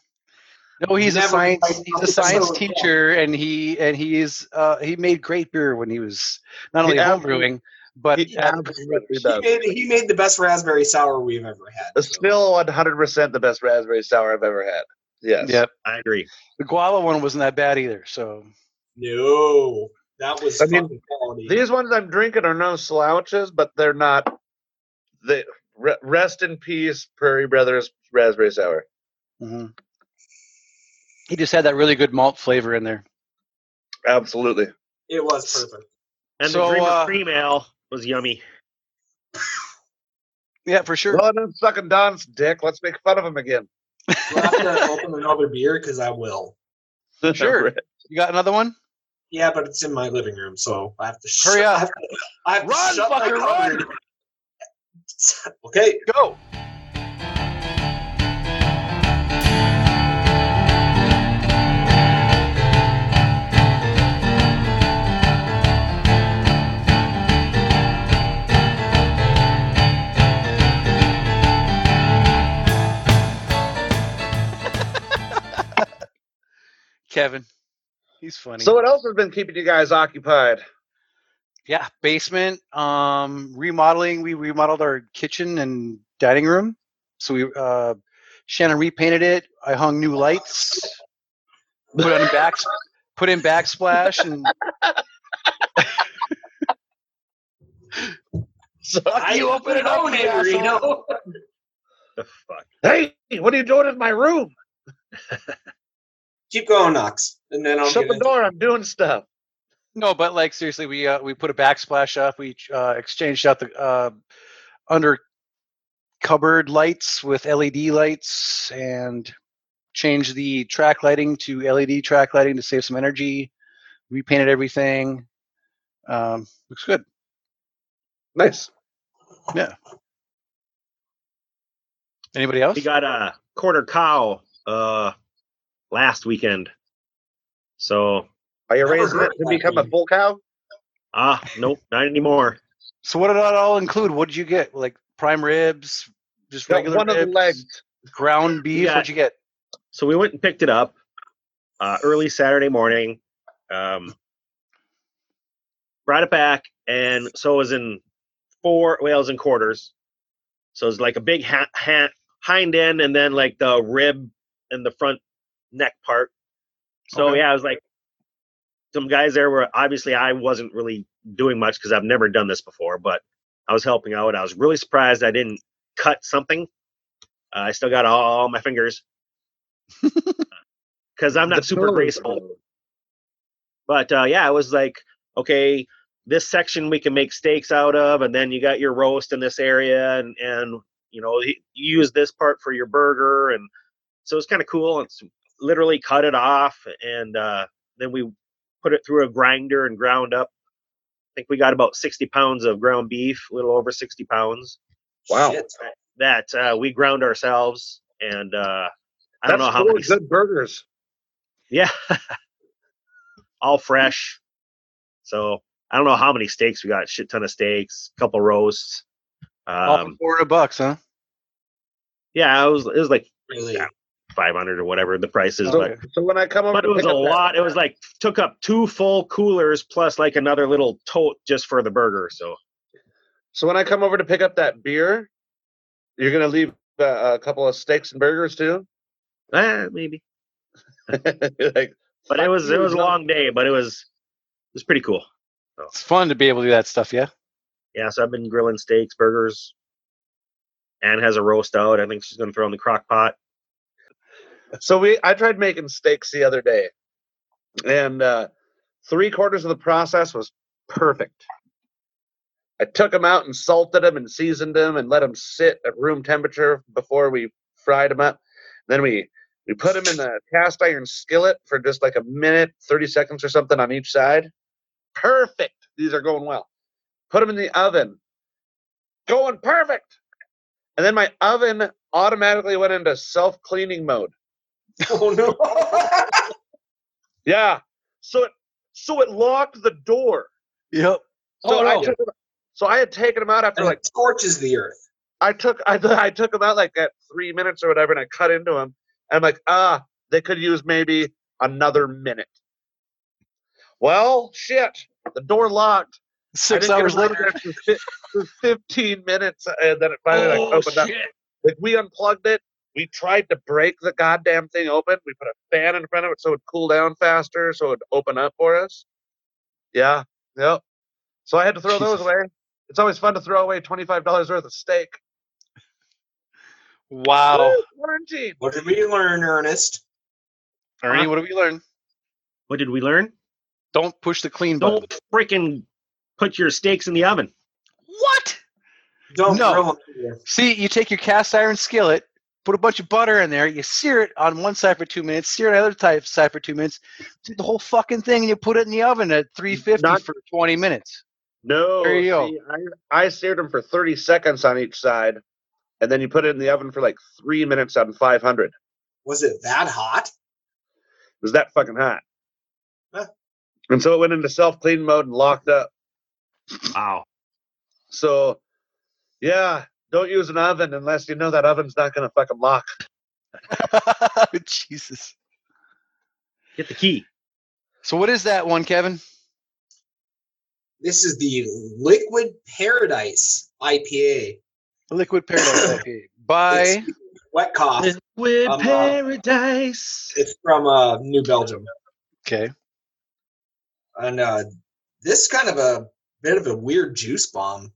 Speaker 2: no, he's a
Speaker 3: Never
Speaker 2: science.
Speaker 3: mind.
Speaker 2: He's a science
Speaker 3: So-
Speaker 2: teacher, and he and he is. Uh, he made great beer when he was not
Speaker 5: He
Speaker 2: only home
Speaker 5: absolutely-
Speaker 2: brewing, but
Speaker 5: He
Speaker 2: at-
Speaker 5: absolutely
Speaker 3: He
Speaker 5: does.
Speaker 3: made, he made the best raspberry sour we've ever had.
Speaker 5: It's
Speaker 3: so.
Speaker 5: still 100% the best raspberry sour I've ever had. Yes.
Speaker 2: yep.
Speaker 4: I agree.
Speaker 2: The guava one wasn't that bad either. So
Speaker 3: No, that was
Speaker 5: I mean,
Speaker 3: fucking quality.
Speaker 5: These ones I'm drinking are no slouches, but they're not. They, re- rest in peace, Prairie Brothers raspberry sour.
Speaker 2: mhm. he just had that really good malt flavor in there.
Speaker 5: Absolutely.
Speaker 3: it was perfect.
Speaker 4: And
Speaker 2: So,
Speaker 4: the Dreamer
Speaker 2: uh,
Speaker 4: cream ale was yummy.
Speaker 2: Yeah, for sure.
Speaker 5: Well, and I'm sucking Don's dick. Let's make fun of him again.
Speaker 3: We'll have to open another beer because I will.
Speaker 2: Sure. You got another one?
Speaker 3: Yeah, but it's in my living room, so I have to shut.
Speaker 2: Hurry up.
Speaker 3: I have to, I have to
Speaker 2: Run,
Speaker 3: shut my
Speaker 2: fucker,
Speaker 3: computer. Okay,
Speaker 2: Go. Kevin, he's funny.
Speaker 5: So, what else has been keeping you guys occupied?
Speaker 2: yeah, basement um, remodeling. We remodeled our kitchen and dining room. So we uh, Shannon repainted it. I hung new lights. Put on back put in backsplash and
Speaker 5: So,
Speaker 2: Fuck you open it up,
Speaker 3: own
Speaker 2: you
Speaker 3: it,
Speaker 2: asshole.
Speaker 3: Reno.
Speaker 4: The fuck.
Speaker 5: hey, what are you doing in my room?
Speaker 3: Keep going, Knox, and then I'll
Speaker 5: Shut
Speaker 3: get
Speaker 5: the
Speaker 3: into
Speaker 5: door. I'm doing stuff.
Speaker 2: No, but like seriously, we uh, we put a backsplash up. We uh, exchanged out the uh, under cupboard lights with LED lights and changed the track lighting to LED track lighting to save some energy. Repainted everything. Um, looks good.
Speaker 5: Nice.
Speaker 2: Anybody else?
Speaker 4: We got a quarter cow uh last weekend. So
Speaker 5: Are you
Speaker 3: Never
Speaker 5: raising
Speaker 3: heard
Speaker 5: it
Speaker 3: of
Speaker 5: to
Speaker 3: that
Speaker 5: become a
Speaker 3: thing.
Speaker 5: full cow?
Speaker 4: ah nope, not anymore.
Speaker 2: So what did that all include? What did you get? Like prime ribs, just
Speaker 5: Got
Speaker 2: regular
Speaker 5: one of the
Speaker 2: ribs,
Speaker 5: legs.
Speaker 2: ground beef.
Speaker 4: got-
Speaker 2: What'd you get?
Speaker 4: So we went and picked it up uh early Saturday morning. Um brought it back and so it was in four well it was in quarters. So it was like a big ha- ha- hind end and then like the rib and the front neck part. So
Speaker 2: Okay.
Speaker 4: yeah, I was like some guys there were obviously I wasn't really doing much because I've never done this before, but I was helping out. I was really surprised I didn't cut something. Uh, I still got all my fingers because I'm not
Speaker 5: The
Speaker 4: super
Speaker 5: pillar.
Speaker 4: graceful. But uh, yeah, it was like okay, this section we can make steaks out of, and then you got your roast in this area, and and you know you use this part for your burger, and so it's kind of cool. It's literally cut it off, and uh, then we put it through a grinder and ground up. I think we got about 60 pounds of ground beef, a little over 60 pounds
Speaker 5: Wow.
Speaker 3: shit.
Speaker 4: that uh, we ground ourselves, and uh, I
Speaker 5: That's
Speaker 4: don't know how
Speaker 5: four
Speaker 4: many.
Speaker 5: good burgers.
Speaker 4: Yeah, all fresh. So I don't know how many steaks we got. Shit ton of steaks, couple roasts.
Speaker 2: All for
Speaker 4: Um,
Speaker 2: four hundred bucks, huh?
Speaker 4: yeah, it was it was like
Speaker 3: Really,
Speaker 4: Yeah. 500 or whatever the price is,
Speaker 2: Okay.
Speaker 4: but
Speaker 5: So when I come over,
Speaker 4: but it
Speaker 5: to
Speaker 4: was
Speaker 5: pick
Speaker 4: a
Speaker 5: up that-
Speaker 4: lot. It was like took up two full coolers plus like another little tote just for the burger. So
Speaker 5: So when I come over to pick up that beer, you're gonna leave uh, a couple of steaks and burgers too.
Speaker 4: eh, maybe.
Speaker 5: like,
Speaker 4: But it was it
Speaker 5: you,
Speaker 4: was a
Speaker 5: John.
Speaker 4: long day, but it was it was pretty cool.
Speaker 2: It's fun to be able to do that stuff. Yeah.
Speaker 4: Yeah, so I've been grilling steaks, burgers, Anne has a roast out. I think she's going to throw in the crock pot.
Speaker 5: So we, I tried making steaks the other day, and uh, three quarters of the process was perfect. I took them out and salted them and seasoned them and let them sit at room temperature before we fried them up. Then we we put them in the cast iron skillet for just like a minute, thirty seconds or something on each side. Perfect. These are going well. Put them in the oven. Going perfect. And then my oven automatically went into self cleaning mode.
Speaker 3: Oh no!
Speaker 5: Yeah. So it so it locked the door.
Speaker 2: Yep.
Speaker 5: So
Speaker 2: Oh,
Speaker 5: I
Speaker 2: no.
Speaker 5: took 'em- so I had taken them out after
Speaker 3: and
Speaker 5: like
Speaker 3: it scorches the earth.
Speaker 5: I took I, I took them out like at three minutes or whatever, and I cut into them. And I'm like, ah, they could use maybe another minute. Well, shit, the door locked. I
Speaker 2: Six
Speaker 5: didn't get
Speaker 2: hours
Speaker 5: them out
Speaker 2: later.
Speaker 5: there for, fi- for 15 minutes, and then it finally
Speaker 2: Oh,
Speaker 5: like opened up. Like we unplugged it. We tried to break the goddamn thing open. We put a fan in front of it so it would cool down faster, so it would open up for us. Yeah, yep. So I had to throw those
Speaker 2: Jesus.
Speaker 5: away. It's always fun to throw away $25 worth of steak.
Speaker 2: Wow.
Speaker 5: Woo, quarantine.
Speaker 3: What did we learn, Ernest?
Speaker 2: Ernie, what have we learned?
Speaker 4: What did we learn?
Speaker 2: Don't push the clean button.
Speaker 4: Don't freaking put your steaks in the oven.
Speaker 2: What?
Speaker 3: Don't
Speaker 2: No.
Speaker 3: grill 'em either.
Speaker 2: See, you take your cast iron skillet, put a bunch of butter in there, you sear it on one side for two minutes, sear it on the other type side for two minutes, do the whole fucking thing, and you put it in the oven at 350
Speaker 5: Not-
Speaker 2: for 20 minutes.
Speaker 5: No,
Speaker 2: There you go.
Speaker 5: see, I, I seared them for 30 seconds on each side, and then you put it in the oven for like three minutes on 500.
Speaker 3: Was it that hot?
Speaker 5: It was that fucking hot.
Speaker 3: Huh.
Speaker 5: And so it went into self clean mode and locked up.
Speaker 4: Wow.
Speaker 5: So, yeah, don't use an oven unless you know that oven's not going to fucking lock.
Speaker 2: Jesus.
Speaker 4: Get the key.
Speaker 2: So what is that one, Kevin?
Speaker 3: This is the Liquid Paradise IPA.
Speaker 2: Liquid Paradise IPA. By
Speaker 3: It's wet cough.
Speaker 4: Liquid
Speaker 3: Um, uh,
Speaker 4: paradise.
Speaker 3: It's from uh, New Belgium,
Speaker 2: okay.
Speaker 3: and uh, this is kind of a bit of a weird juice bomb.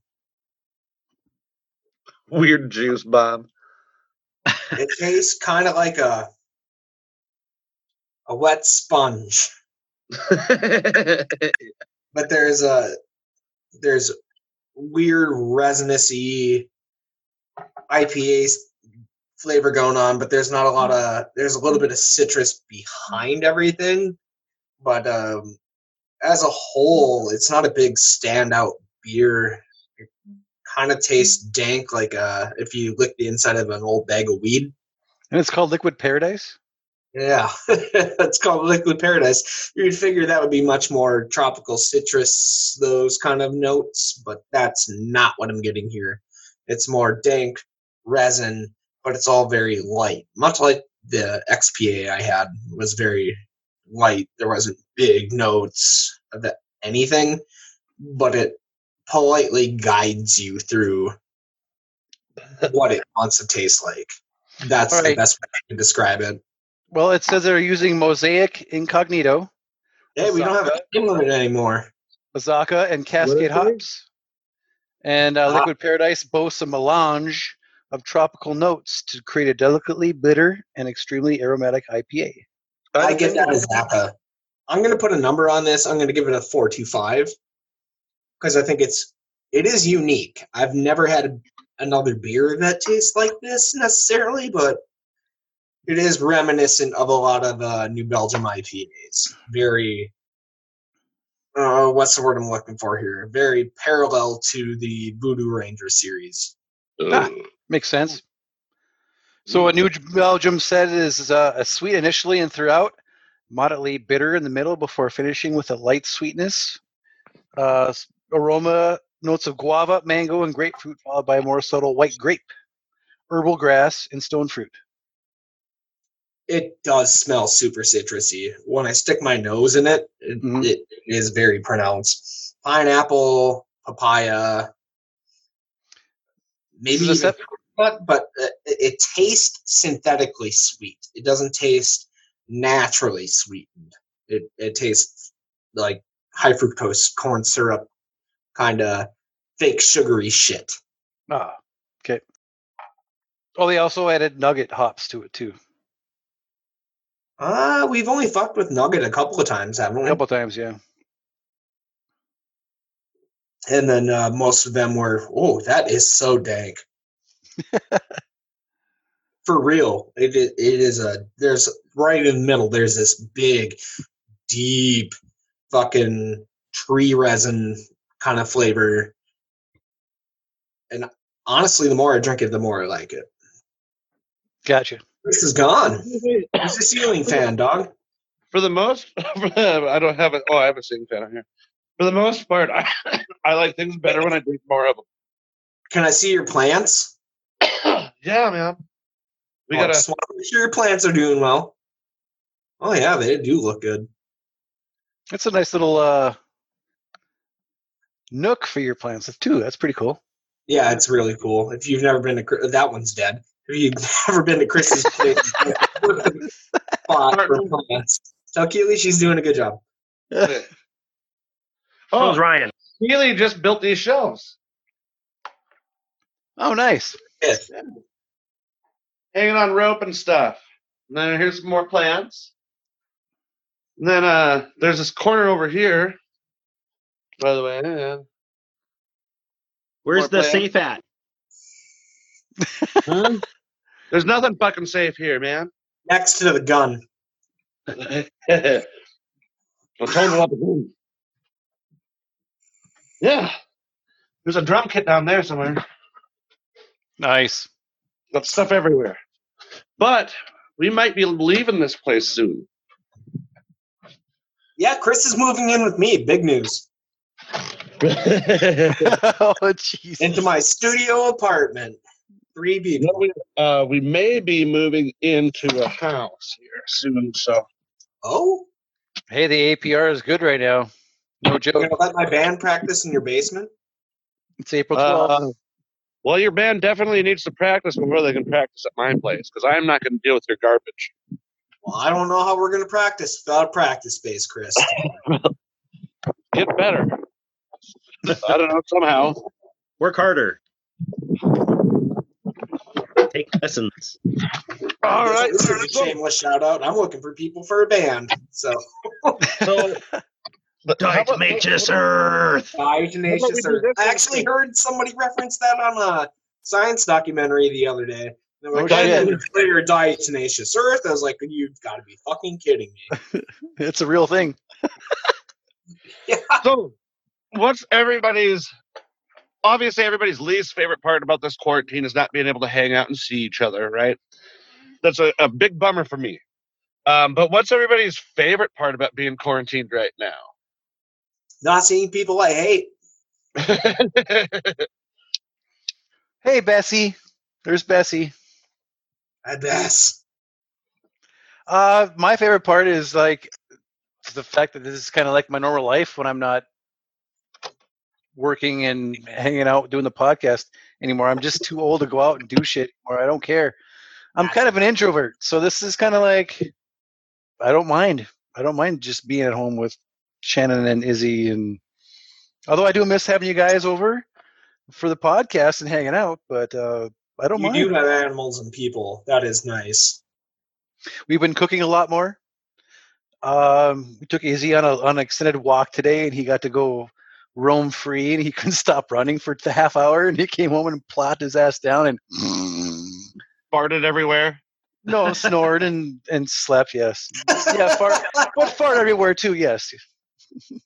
Speaker 5: Weird juice bomb.
Speaker 3: It tastes kind of like a a wet sponge, but there's a there's weird resinous-y IPA s- flavor going on, but there's not a lot of there's a little bit of citrus behind everything, but um, as a whole, it's not a big standout beer. It kind of tastes dank, like uh, if you lick the inside of an old bag of weed.
Speaker 2: And it's called Liquid Paradise?
Speaker 3: Yeah, it's called Liquid Paradise. You'd figure that would be much more tropical citrus, those kind of notes, but that's not what I'm getting here. It's more dank resin, but it's all very light. Much like the XPA I had was very light. There wasn't big notes of that anything, but it politely guides you through what it wants to taste like. That's the
Speaker 2: Alright.
Speaker 3: best way I can describe it.
Speaker 2: Well, it says they're using Mosaic Incognito,
Speaker 3: Hey, we don't have a time limit anymore.
Speaker 2: Azaka, and Cascade
Speaker 5: What are they?
Speaker 2: hops. And uh,
Speaker 3: Ah.
Speaker 2: Liquid Paradise boasts a melange of tropical notes to create a delicately bitter and extremely aromatic IPA.
Speaker 3: I get that
Speaker 5: think-
Speaker 3: as Zappa. I'm gonna put a number on this. I'm gonna give it a four two five because I think it's it is unique. I've never had another beer that tastes like this necessarily, but it is reminiscent of a lot of uh, New Belgium IPAs. Very, uh, what's the word I'm looking for here? Very parallel to the Voodoo Ranger series.
Speaker 2: Ah, makes sense.
Speaker 5: Hmm.
Speaker 2: So, what New Belgium said is uh, a sweet initially and throughout, moderately bitter in the middle before finishing with a light sweetness. Uh, s- aroma notes of guava, mango, and grapefruit, followed by a more subtle white grape, herbal grass, and stone fruit.
Speaker 3: It does smell super citrusy. When I stick my nose in it, it,
Speaker 2: Mhm.
Speaker 3: it is very pronounced. Pineapple, papaya, maybe
Speaker 2: This is a
Speaker 3: even
Speaker 2: sep-
Speaker 3: coconut, but uh, it, it tastes synthetically sweet. It doesn't taste naturally sweetened. It it tastes like high fructose corn syrup kind of fake sugary shit.
Speaker 2: ah, okay. Oh, they also added nugget hops to it too.
Speaker 3: Ah, we've only fucked with Nugget a couple of times, haven't
Speaker 2: A
Speaker 3: we?
Speaker 2: couple times, yeah.
Speaker 3: And then uh, most of them were, oh, that is so dank. For real, it, it it is a there's right in the middle. There's this big, deep, fucking tree resin kind of flavor. And honestly, the more I drink it, the more I like it.
Speaker 2: Gotcha.
Speaker 3: This is gone. It's a ceiling fan, dog.
Speaker 5: for the most i don't have it oh i have a ceiling fan on here for the most part i, I like things better when i drink more of
Speaker 3: Can I see your plants?
Speaker 5: them yeah man we
Speaker 3: Oh,
Speaker 5: gotta
Speaker 3: just wanna make sure your plants are doing well. Oh yeah, they do look good.
Speaker 2: That's a nice little uh, nook for your plants too. That's pretty cool.
Speaker 3: Yeah, it's really cool. If you've never been to Chri- that one's dead. If you've never been to Chris's place, spot for plants. Tell Keely she's doing a good job.
Speaker 4: So's
Speaker 5: oh
Speaker 4: Ryan.
Speaker 5: Keely just built these shelves
Speaker 2: Oh, nice.
Speaker 3: Yes.
Speaker 5: hanging on rope and stuff and then here's some more plants and then uh there's this corner over here by the way yeah.
Speaker 4: Where's
Speaker 5: More
Speaker 4: the
Speaker 5: plants.
Speaker 4: safe at?
Speaker 5: there's nothing fucking safe here man
Speaker 3: Next to the gun.
Speaker 5: well, turn it up again. Yeah. There's a drum kit down there somewhere.
Speaker 2: Nice.
Speaker 5: Got stuff everywhere. But we might be leaving this place soon.
Speaker 3: Yeah, Chris is moving in with me. Big news.
Speaker 5: no,
Speaker 2: oh, jeez.
Speaker 3: Into my studio apartment. Three B.
Speaker 5: we, uh, we may be moving into a house here soon. So
Speaker 3: Oh,
Speaker 2: Hey, the APR is good right now. No
Speaker 3: you're
Speaker 2: joke.
Speaker 3: gonna let my band practice in your basement?
Speaker 2: It's April 12th.
Speaker 5: Uh, well, your band definitely needs to practice before they can practice at my place because I'm not going to deal with your garbage.
Speaker 3: Well, I don't know how we're gonna practice without a practice space, Chris.
Speaker 5: Get better. I don't know somehow.
Speaker 4: Work harder. Take lessons.
Speaker 5: All right,
Speaker 3: This is a shameless shout out. I'm looking for people for a band. So
Speaker 5: So, but how about-
Speaker 4: Diatomaceous Earth.
Speaker 3: Bye,
Speaker 5: How about we
Speaker 3: Tenacious
Speaker 5: do
Speaker 3: Earth.
Speaker 5: this
Speaker 3: I
Speaker 5: one?
Speaker 3: actually heard somebody reference that on a science documentary the other day. They were
Speaker 2: Oh,
Speaker 3: like, I
Speaker 2: shit.
Speaker 3: didn't clear Die Tenacious Earth. I was like, you've got to be fucking kidding me.
Speaker 2: it's a real thing.
Speaker 5: So, what's everybody's? Obviously, everybody's least favorite part about this quarantine is not being able to hang out and see each other, right? That's a, a big bummer for me. Um, but what's everybody's favorite part about being quarantined right now?
Speaker 3: Not seeing people I hate.
Speaker 2: Hey, Bessie. There's Bessie.
Speaker 3: I guess.
Speaker 2: Uh, my favorite part is like the fact that this is kind of like my normal life when I'm not working and hanging out doing the podcast anymore. I'm just too old to go out and do shit anymore. I don't care. I'm kind of an introvert, so this is kind of like I don't mind. I don't mind just being at home with Shannon and Izzy and although I do miss having you guys over for the podcast and hanging out, but uh I don't
Speaker 3: You
Speaker 2: mind.
Speaker 3: do have animals and people. That is nice.
Speaker 2: We've been cooking a lot more. Um, we took Izzy on, a, on an extended walk today, and he got to go roam free, and he couldn't stop running for the half hour. And he came home and plopped his ass down and
Speaker 5: Farted everywhere.
Speaker 2: no snored and and slept. Yes, yeah, fart, but fart everywhere too. Yes,
Speaker 3: We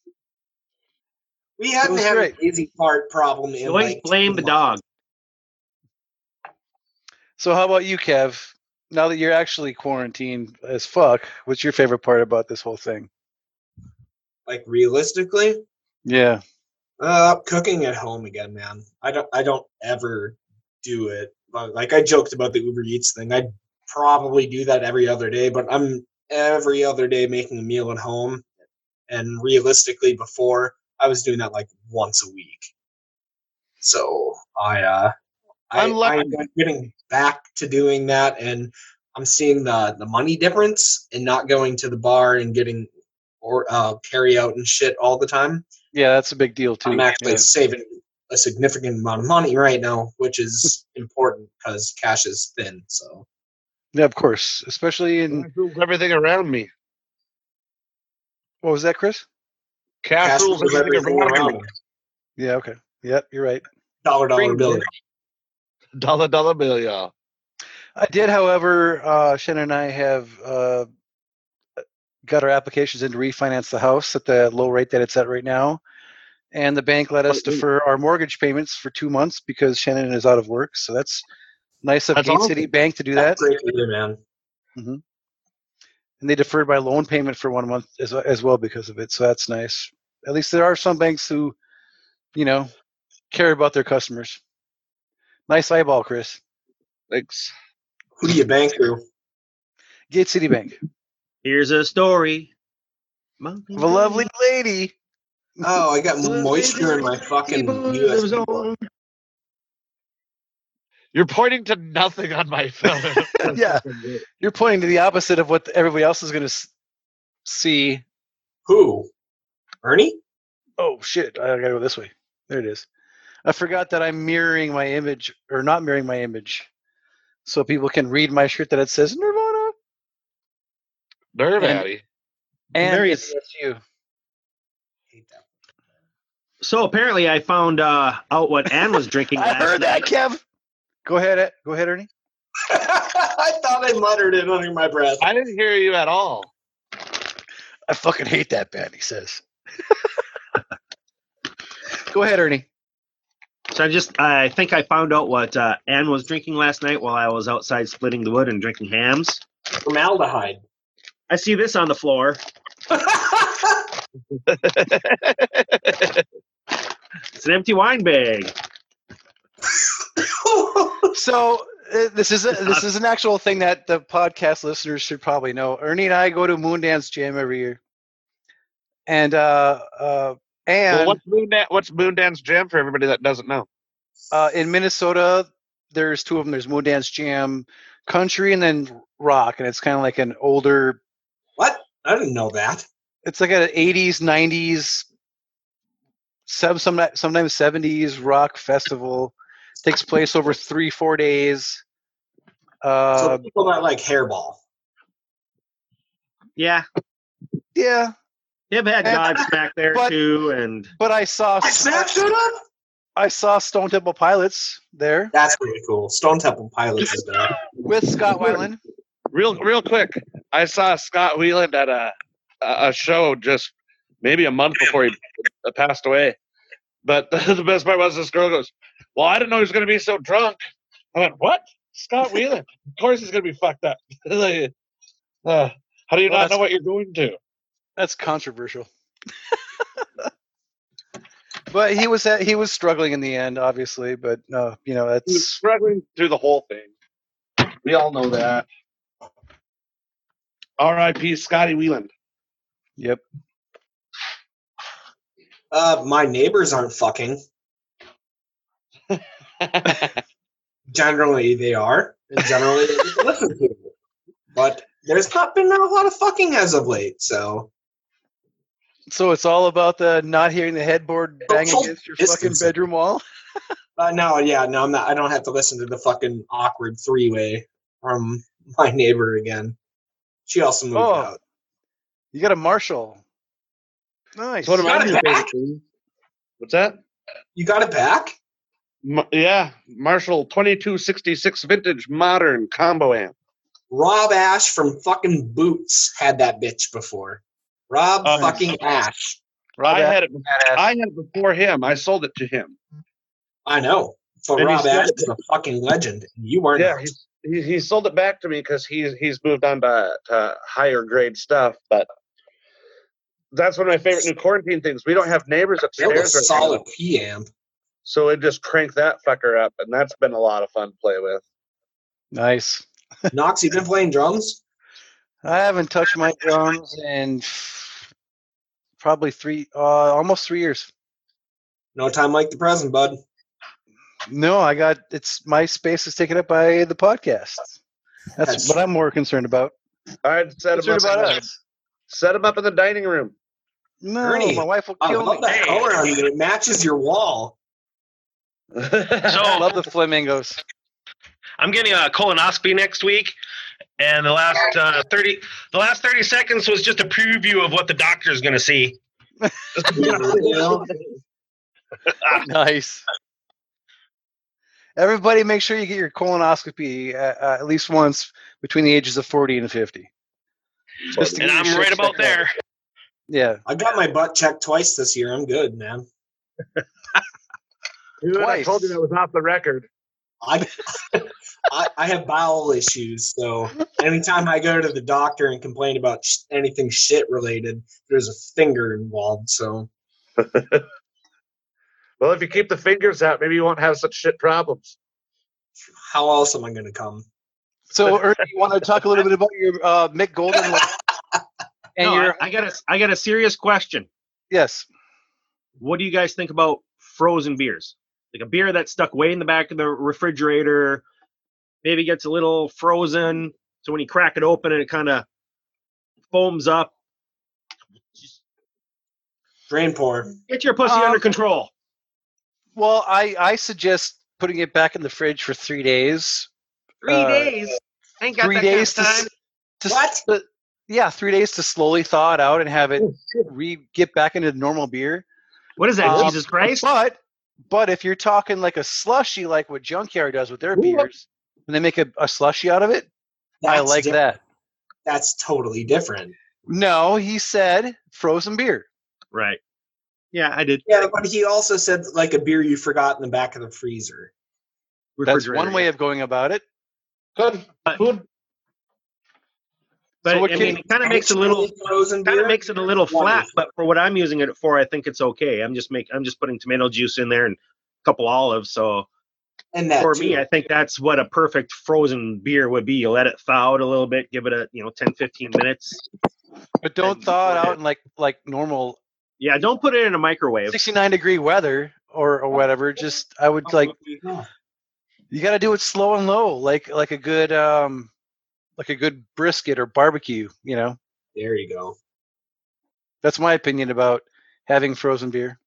Speaker 2: It
Speaker 3: haven't
Speaker 2: was
Speaker 3: had
Speaker 2: great.
Speaker 3: an easy fart problem in
Speaker 4: Always
Speaker 3: like
Speaker 4: blame
Speaker 3: two
Speaker 4: the dog.
Speaker 2: So how about you, Kev? Now that you're actually quarantined as fuck, what's your favorite part about this whole thing?
Speaker 3: months. Like realistically,
Speaker 2: Yeah,
Speaker 3: Uh, cooking at home again, man. I don't. I don't ever do it. But like I joked about the Uber Eats thing, I'd probably do that every other day. But I'm every other day making a meal at home, and realistically, before I was doing that like once a week. So I, uh, I,
Speaker 5: I'm lucky.
Speaker 3: I'm getting back to doing that, and I'm seeing the the money difference in not going to the bar and getting or uh, carry out and shit all the time.
Speaker 2: yeah, that's a big deal too.
Speaker 3: I'm actually
Speaker 2: Yeah.
Speaker 3: saving a significant amount of money right now, which is important because cash is thin. So
Speaker 2: Yeah, of course. Especially in
Speaker 5: rules everything around me.
Speaker 2: what was that, Chris?
Speaker 5: Cash,
Speaker 3: cash
Speaker 5: rules
Speaker 3: is
Speaker 5: everything
Speaker 3: everything
Speaker 5: around,
Speaker 3: around.
Speaker 5: me.
Speaker 2: Yeah. Okay. Yep. You're right.
Speaker 3: Dollar dollar
Speaker 5: Bring
Speaker 3: bill.
Speaker 5: Dollar dollar bill, y'all.
Speaker 2: I did, however, uh, Shannon and I have uh, got our applications in to refinance the house at the low rate that it's at right now. And the bank let us
Speaker 5: But you-
Speaker 2: defer our mortgage payments for two months because Shannon is out of work. So that's nice of
Speaker 5: That's
Speaker 2: Gate City
Speaker 5: awesome.
Speaker 2: Bank to do that.
Speaker 3: Great to hear, man.
Speaker 2: And they deferred my loan payment for one month as, as well because of it. So that's nice. At least there are some banks who, you know, care about their customers. Nice eyeball, Chris.
Speaker 5: Thanks.
Speaker 3: Who do you bank through?
Speaker 2: Gate City Bank.
Speaker 4: Here's a story. Monkey
Speaker 2: Of a lovely lady.
Speaker 3: Oh, I got
Speaker 4: Well,
Speaker 3: moisture in my
Speaker 4: maybe
Speaker 3: fucking
Speaker 4: Evil
Speaker 3: USB.
Speaker 4: lives
Speaker 3: port.
Speaker 4: on.
Speaker 5: You're pointing to nothing on my phone.
Speaker 2: yeah. You're pointing to the opposite of what everybody else is going to s- see.
Speaker 3: Who? Ernie?
Speaker 2: Oh shit! I gotta go this way. There it is. I forgot that I'm mirroring my image, or not mirroring my image, so people can read my shirt that it says Nirvana.
Speaker 5: Nerve
Speaker 2: And-
Speaker 5: Addy.
Speaker 2: And
Speaker 4: Very-
Speaker 2: it's you.
Speaker 3: Hate that.
Speaker 4: So apparently, I found uh, out what Ann was drinking
Speaker 2: I
Speaker 4: last
Speaker 2: heard that,
Speaker 4: night.
Speaker 2: Kev. Go ahead, Ed- go ahead, Ernie.
Speaker 3: I thought I muttered it under my breath.
Speaker 5: I didn't hear you at all.
Speaker 2: I fucking hate that band. He says. go ahead, Ernie.
Speaker 4: So I just, I think I found out what uh, Ann was drinking last night while I was outside splitting the wood and drinking hams.
Speaker 3: Formaldehyde.
Speaker 4: I see this on the floor. It's an empty wine bag.
Speaker 2: So uh, this is a, this is an actual thing that the podcast listeners should probably know. Ernie and I go to Moondance Jam every year, and uh, uh, and
Speaker 5: well, what's Moon Dan- what's Moondance Jam for everybody that doesn't know?
Speaker 2: uh, in Minnesota, there's two of them. There's Moondance Jam, country, and then rock, and it's kind of like an older.
Speaker 3: what? I didn't know that.
Speaker 2: It's like an '80s, '90s, some some sometimes '70s rock festival. Takes place over three, four days.
Speaker 3: So
Speaker 2: Uh,
Speaker 3: people that like hairball.
Speaker 4: Yeah,
Speaker 2: yeah,
Speaker 4: they've had
Speaker 2: And-
Speaker 4: God's back there
Speaker 2: Eh. but-
Speaker 4: too, and
Speaker 2: but I saw
Speaker 3: I smacked it up.
Speaker 2: I saw Stone Temple Pilots there
Speaker 3: That's pretty cool. Stone Temple Pilots is there.
Speaker 2: with Scott Weiland.
Speaker 5: Real, real quick. I saw Scott Wheeland at a a a show just maybe a month before he passed away. But the best part was this girl goes, "Well, I didn't know he was going to be so drunk." I went, "What? Scott Wheeland? of course he's going to be fucked up." Like, uh, how do you
Speaker 2: Well,
Speaker 5: not know
Speaker 2: that's-
Speaker 5: what you're going to?
Speaker 2: That's controversial. but he was at, he was struggling in the end, obviously. But uh, you know,
Speaker 5: He was
Speaker 2: that's
Speaker 5: struggling through the whole thing. We all know that. R.I.P. Scotty Wheeland.
Speaker 2: yep.
Speaker 3: Uh, my neighbors aren't fucking. Generally, they are. And generally, they just listen to it. But there's not been a lot of fucking as of late. So
Speaker 2: So it's all about the not hearing the headboard bang
Speaker 3: Social
Speaker 2: against your fucking
Speaker 3: distancing.
Speaker 2: bedroom wall.
Speaker 3: uh, no, yeah, no, I'm not. I don't have to listen to the fucking awkward three way from my neighbor again. She also moved
Speaker 2: Oh,
Speaker 3: out.
Speaker 2: You got a Marshall. Nice.
Speaker 5: It's one of my
Speaker 3: Got it
Speaker 5: new
Speaker 3: back?
Speaker 5: favorite things. What's that?
Speaker 3: You got it back?
Speaker 5: M- yeah, Marshall 2266 vintage modern combo amp.
Speaker 3: Rob Ash from fucking Boots had that bitch before. Rob
Speaker 5: Oh,
Speaker 3: fucking Ash.
Speaker 2: Rob
Speaker 5: I
Speaker 2: Ash-
Speaker 5: had it. I had it before him. I sold it to him.
Speaker 3: I know. But
Speaker 5: And he
Speaker 3: Rob Ash
Speaker 5: said-
Speaker 3: is a fucking legend. You weren't.
Speaker 5: Yeah, he's, he he sold it back to me because he's he's moved on to, to higher grade stuff. But that's one of my favorite new quarantine things. We don't have neighbors
Speaker 3: That
Speaker 5: upstairs,
Speaker 3: was
Speaker 5: right now,
Speaker 3: solid P amp.
Speaker 5: so it just cranked that fucker up, and that's been a lot of fun to play with.
Speaker 2: nice.
Speaker 3: Knox, you been playing drums?
Speaker 2: I haven't touched my drums in probably three, uh, almost three years.
Speaker 3: No time like the present, bud.
Speaker 2: No, I got it's my space is taken up by the podcast. That's,
Speaker 3: That's-
Speaker 2: what I'm more concerned about.
Speaker 5: All right, set him
Speaker 2: Concerned
Speaker 5: up.
Speaker 2: about
Speaker 5: in-
Speaker 2: us.
Speaker 5: Set him up in the dining room.
Speaker 2: No,
Speaker 3: Ernie,
Speaker 2: my wife will
Speaker 3: I
Speaker 2: kill me.
Speaker 3: love that color on you. It matches your wall.
Speaker 2: I
Speaker 6: So-
Speaker 2: love the flamingos.
Speaker 6: I'm getting a colonoscopy next week, and the last uh, thirty the last thirty seconds was just a preview of what the doctor's going to see.
Speaker 3: You know?
Speaker 2: nice. Everybody, make sure you get your colonoscopy uh, uh, at least once between the ages of 40 and 50. Just to
Speaker 6: and
Speaker 2: get your
Speaker 6: I'm
Speaker 2: shit
Speaker 6: right about
Speaker 2: checked out.
Speaker 6: there.
Speaker 2: Yeah,
Speaker 3: I got my butt checked twice this year. I'm good, man.
Speaker 5: Dude, I
Speaker 2: Twice.
Speaker 5: told you that was off the record.
Speaker 3: I, I I have bowel issues, so anytime I go to the doctor and complain about sh- anything shit related, there's a finger involved. So
Speaker 5: Well, if you keep the fingers out, maybe you won't have such shit problems.
Speaker 3: how else am I going to come?
Speaker 2: So, Ernie, you want to talk a little bit about your uh, Mick Golden laugh? and
Speaker 4: no,
Speaker 2: your
Speaker 4: I, I got a I got a serious question.
Speaker 2: yes,
Speaker 4: What do you guys think about frozen beers? Like a beer that's stuck way in the back of the refrigerator, maybe gets a little frozen. So when you crack it open and it kind of foams up, just
Speaker 3: Drain pour.
Speaker 4: get your pussy
Speaker 2: Um,
Speaker 4: under control.
Speaker 2: well, I I suggest putting it back in the fridge for three days.
Speaker 4: Three
Speaker 2: uh,
Speaker 4: days. Ain't got
Speaker 2: three
Speaker 4: that
Speaker 2: days to
Speaker 4: kind of
Speaker 2: s-
Speaker 4: time.
Speaker 2: to s-
Speaker 3: What?
Speaker 2: to- yeah, three days to slowly thaw it out and have
Speaker 4: Oh,
Speaker 2: it re get back into normal beer.
Speaker 4: What is that?
Speaker 2: Um,
Speaker 4: Jesus Christ!
Speaker 2: But but if you're talking like a slushy, like what Junkyard does with their
Speaker 4: oh.
Speaker 2: beers, and they make a, a slushy out of it, I
Speaker 3: That's
Speaker 2: like
Speaker 3: di-
Speaker 2: that.
Speaker 3: That's totally different.
Speaker 2: No, he said frozen beer.
Speaker 4: Right. Yeah, I did.
Speaker 3: Yeah, but he also said like a beer you forgot in the back of the freezer.
Speaker 2: That's one way of going about it.
Speaker 5: Good.
Speaker 4: But-
Speaker 5: Good.
Speaker 4: But
Speaker 2: so what
Speaker 4: I
Speaker 2: can-
Speaker 4: mean, it kind of makes it a little
Speaker 3: frozen
Speaker 4: kind
Speaker 3: beer.
Speaker 4: of makes it a little flat.
Speaker 3: Wonderful.
Speaker 4: But for what I'm using it for, I think it's okay. I'm just make I'm just putting tomato juice in there and a couple olives. So
Speaker 3: and that
Speaker 4: for
Speaker 3: too.
Speaker 4: me, I think that's what a perfect frozen beer would be. You let it thaw out a little bit, give it a you know 10, 15 minutes.
Speaker 2: But don't
Speaker 4: And
Speaker 2: thaw it
Speaker 4: before
Speaker 2: out
Speaker 4: it-
Speaker 2: in like like normal
Speaker 4: Yeah, don't put it in a microwave.
Speaker 2: 69 degree weather or or whatever. Just I would like you got to do it slow and low, like like a good um like a good brisket or barbecue. You know,
Speaker 3: there you go.
Speaker 2: that's my opinion about having frozen beer.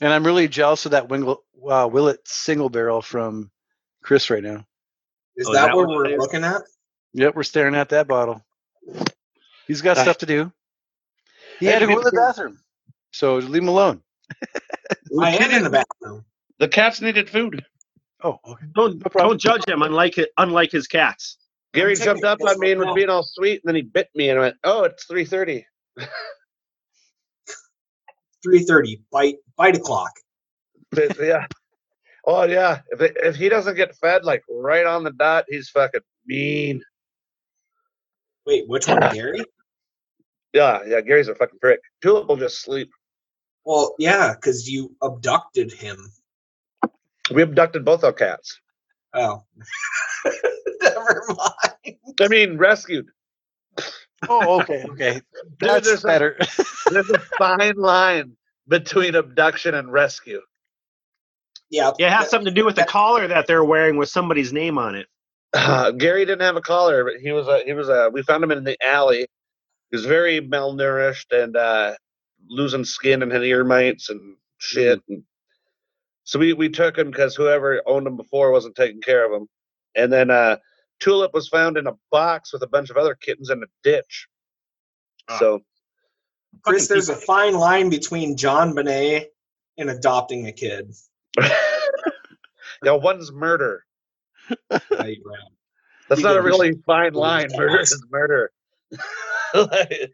Speaker 2: And I'm really jealous of that Wingle, uh, Willet single barrel from Chris right now.
Speaker 3: Is
Speaker 4: Oh, is
Speaker 3: that,
Speaker 4: that
Speaker 3: what
Speaker 4: what
Speaker 3: we're
Speaker 4: it is?
Speaker 3: looking at?
Speaker 2: Yep, we're staring at that bottle. He's got stuff to do. Uh, He had to go to the bathroom, so leave him alone.
Speaker 3: I am in the bathroom.
Speaker 5: The cats needed food.
Speaker 2: Oh, okay.
Speaker 4: Don't
Speaker 2: No problem.
Speaker 4: don't judge him unlike it- unlike his cats.
Speaker 5: Gary
Speaker 3: taking
Speaker 5: jumped up
Speaker 3: this
Speaker 5: on me and was
Speaker 3: now.
Speaker 5: being all sweet, and then he bit me, and I went, "Oh, it's 3.30.
Speaker 3: Three thirty. Bite bite o'clock.
Speaker 5: But, yeah. Oh yeah. If it, if he doesn't get fed like right on the dot, he's fucking mean.
Speaker 3: Wait, which one, Gary?
Speaker 5: Yeah, yeah. Gary's a fucking prick. Tulip will just sleep.
Speaker 3: Well, yeah, because you abducted him.
Speaker 5: We abducted both our cats.
Speaker 3: Oh, never mind.
Speaker 5: I mean, rescued.
Speaker 2: Oh, okay, okay.
Speaker 5: Dude,
Speaker 2: That's
Speaker 5: there's, a,
Speaker 2: better.
Speaker 5: there's a fine line between abduction and rescue.
Speaker 3: Yeah,
Speaker 4: Yeah, it has
Speaker 3: that-
Speaker 4: something to do with the
Speaker 3: that-
Speaker 4: collar that they're wearing with somebody's name on it.
Speaker 5: Uh, Gary didn't have a collar, but he was a he was a. We found him in the alley. He was very malnourished and uh, losing skin and had ear mites and shit. And so we we took him because whoever owned him before wasn't taking care of him. And then uh, Tulip was found in a box with a bunch of other kittens in a ditch.
Speaker 4: Ah.
Speaker 5: So
Speaker 3: Chris, there's a fine line between John Bonet and adopting a kid.
Speaker 5: yeah, one's murder.
Speaker 3: Yeah, you're right.
Speaker 5: That's
Speaker 3: You
Speaker 5: not
Speaker 3: gotta
Speaker 5: a
Speaker 3: be
Speaker 5: really fine line.
Speaker 3: Yeah.
Speaker 5: Murder is murder. Like,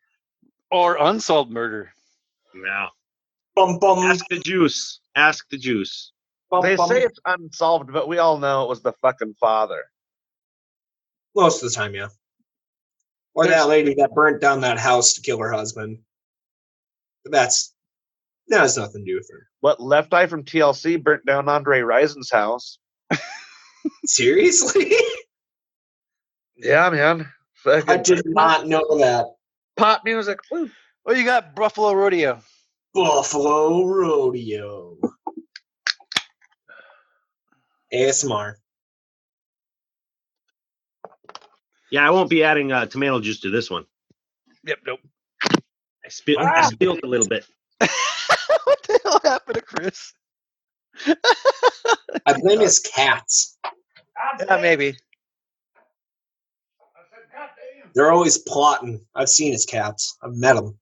Speaker 2: Or unsolved murder.
Speaker 4: Yeah.
Speaker 3: Bum bum.
Speaker 4: Ask the juice. Ask the juice.
Speaker 3: bum,
Speaker 5: they
Speaker 3: bum.
Speaker 5: say it's unsolved, but we all know it was the fucking father.
Speaker 3: Most of the time, yeah. Or that lady that burnt down that house to kill her husband. But that's that has nothing to do with her.
Speaker 5: What Left Eye from TLC burnt down Andre Risen's house.
Speaker 3: Seriously?
Speaker 5: Yeah, man. Fucking
Speaker 3: I did not know that.
Speaker 5: pop music. Woo.
Speaker 2: Oh, you got Buffalo Rodeo.
Speaker 3: Buffalo Rodeo. ASMR.
Speaker 4: Yeah, I won't be adding uh, tomato juice to this one.
Speaker 2: Yep, nope.
Speaker 4: I, spe- I spilled a little bit.
Speaker 2: what the hell happened to Chris?
Speaker 3: I blame his cats.
Speaker 2: Yeah, Uh, maybe.
Speaker 3: They're always plotting. I've seen his cats. I've met them.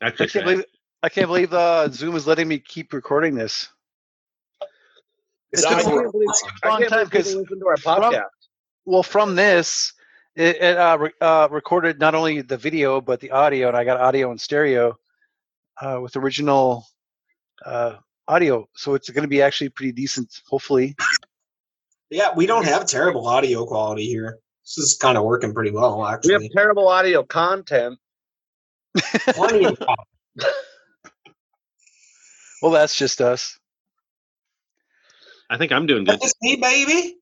Speaker 6: That's
Speaker 2: I
Speaker 6: just
Speaker 2: can't believe I can't believe uh, Zoom is letting me keep recording this.
Speaker 3: It's
Speaker 2: It's
Speaker 3: not
Speaker 2: gonna
Speaker 3: even-
Speaker 5: I
Speaker 2: Long
Speaker 5: can't
Speaker 2: time
Speaker 5: believe people
Speaker 2: 'cause-
Speaker 5: listen to our
Speaker 2: Well,
Speaker 5: podcast.
Speaker 2: Well, from this, it, it uh, re- uh, recorded not only the video but the audio, and I got audio and stereo uh, with original uh, audio. So it's going to be actually pretty decent, hopefully.
Speaker 3: yeah, we don't have terrible audio quality here. This is kind of working pretty well,
Speaker 5: We have
Speaker 3: actually.
Speaker 5: terrible audio content.
Speaker 3: Plenty of
Speaker 2: Well, that's just us.
Speaker 4: I think I'm doing good.
Speaker 3: That's me, baby.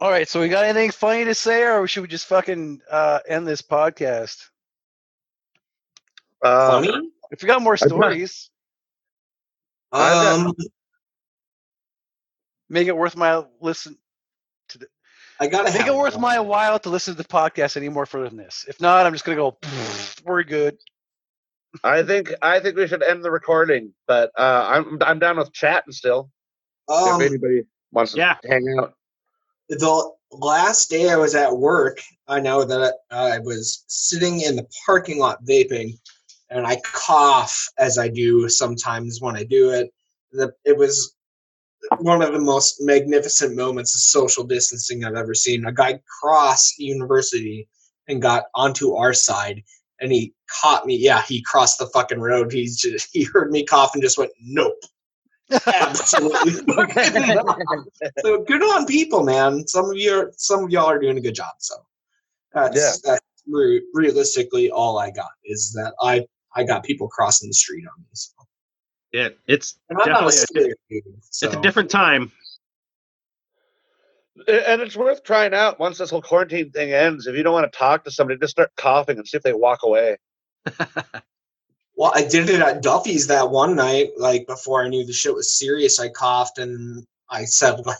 Speaker 2: All right, so we got anything funny to say, or should we just fucking uh, end this podcast?
Speaker 5: Uh,
Speaker 3: Funny.
Speaker 2: If you got more
Speaker 5: got-
Speaker 2: stories, I've got-
Speaker 3: Um,
Speaker 2: make it worth my listen.
Speaker 3: I gotta
Speaker 2: Make
Speaker 3: have
Speaker 2: it worth
Speaker 3: one.
Speaker 2: my while to listen to the podcast any more further than this. If not, I'm just gonna go. We're good.
Speaker 5: I think I think we should end the recording, but uh, I'm I'm down with chatting still.
Speaker 3: Um,
Speaker 5: if anybody wants to
Speaker 4: yeah.
Speaker 5: hang out,
Speaker 3: the last day I was at work, I know that I was sitting in the parking lot vaping, and I cough as I do sometimes when I do it. The, it was one of the most magnificent moments of social distancing I've ever seen. A guy crossed the university and got onto our side, and he caught me. Yeah, he crossed the fucking road. He's just, he heard me cough and just went, nope. Absolutely fucking not so good on people, man. Some of you, are, some of y'all are doing a good job. So that's
Speaker 5: Yeah.
Speaker 3: that's re- realistically all I got is that I I got people crossing the street on me. So.
Speaker 4: Yeah, it's
Speaker 3: And I'm not a
Speaker 4: Definitely
Speaker 3: skater, dude, so
Speaker 4: it's a different time.
Speaker 5: and it's worth trying out once this whole quarantine thing ends. If you don't want to talk to somebody, just start coughing and see if they walk away.
Speaker 3: Well, I did it at Duffy's that one night, like before I knew the shit was serious. I coughed and I said like.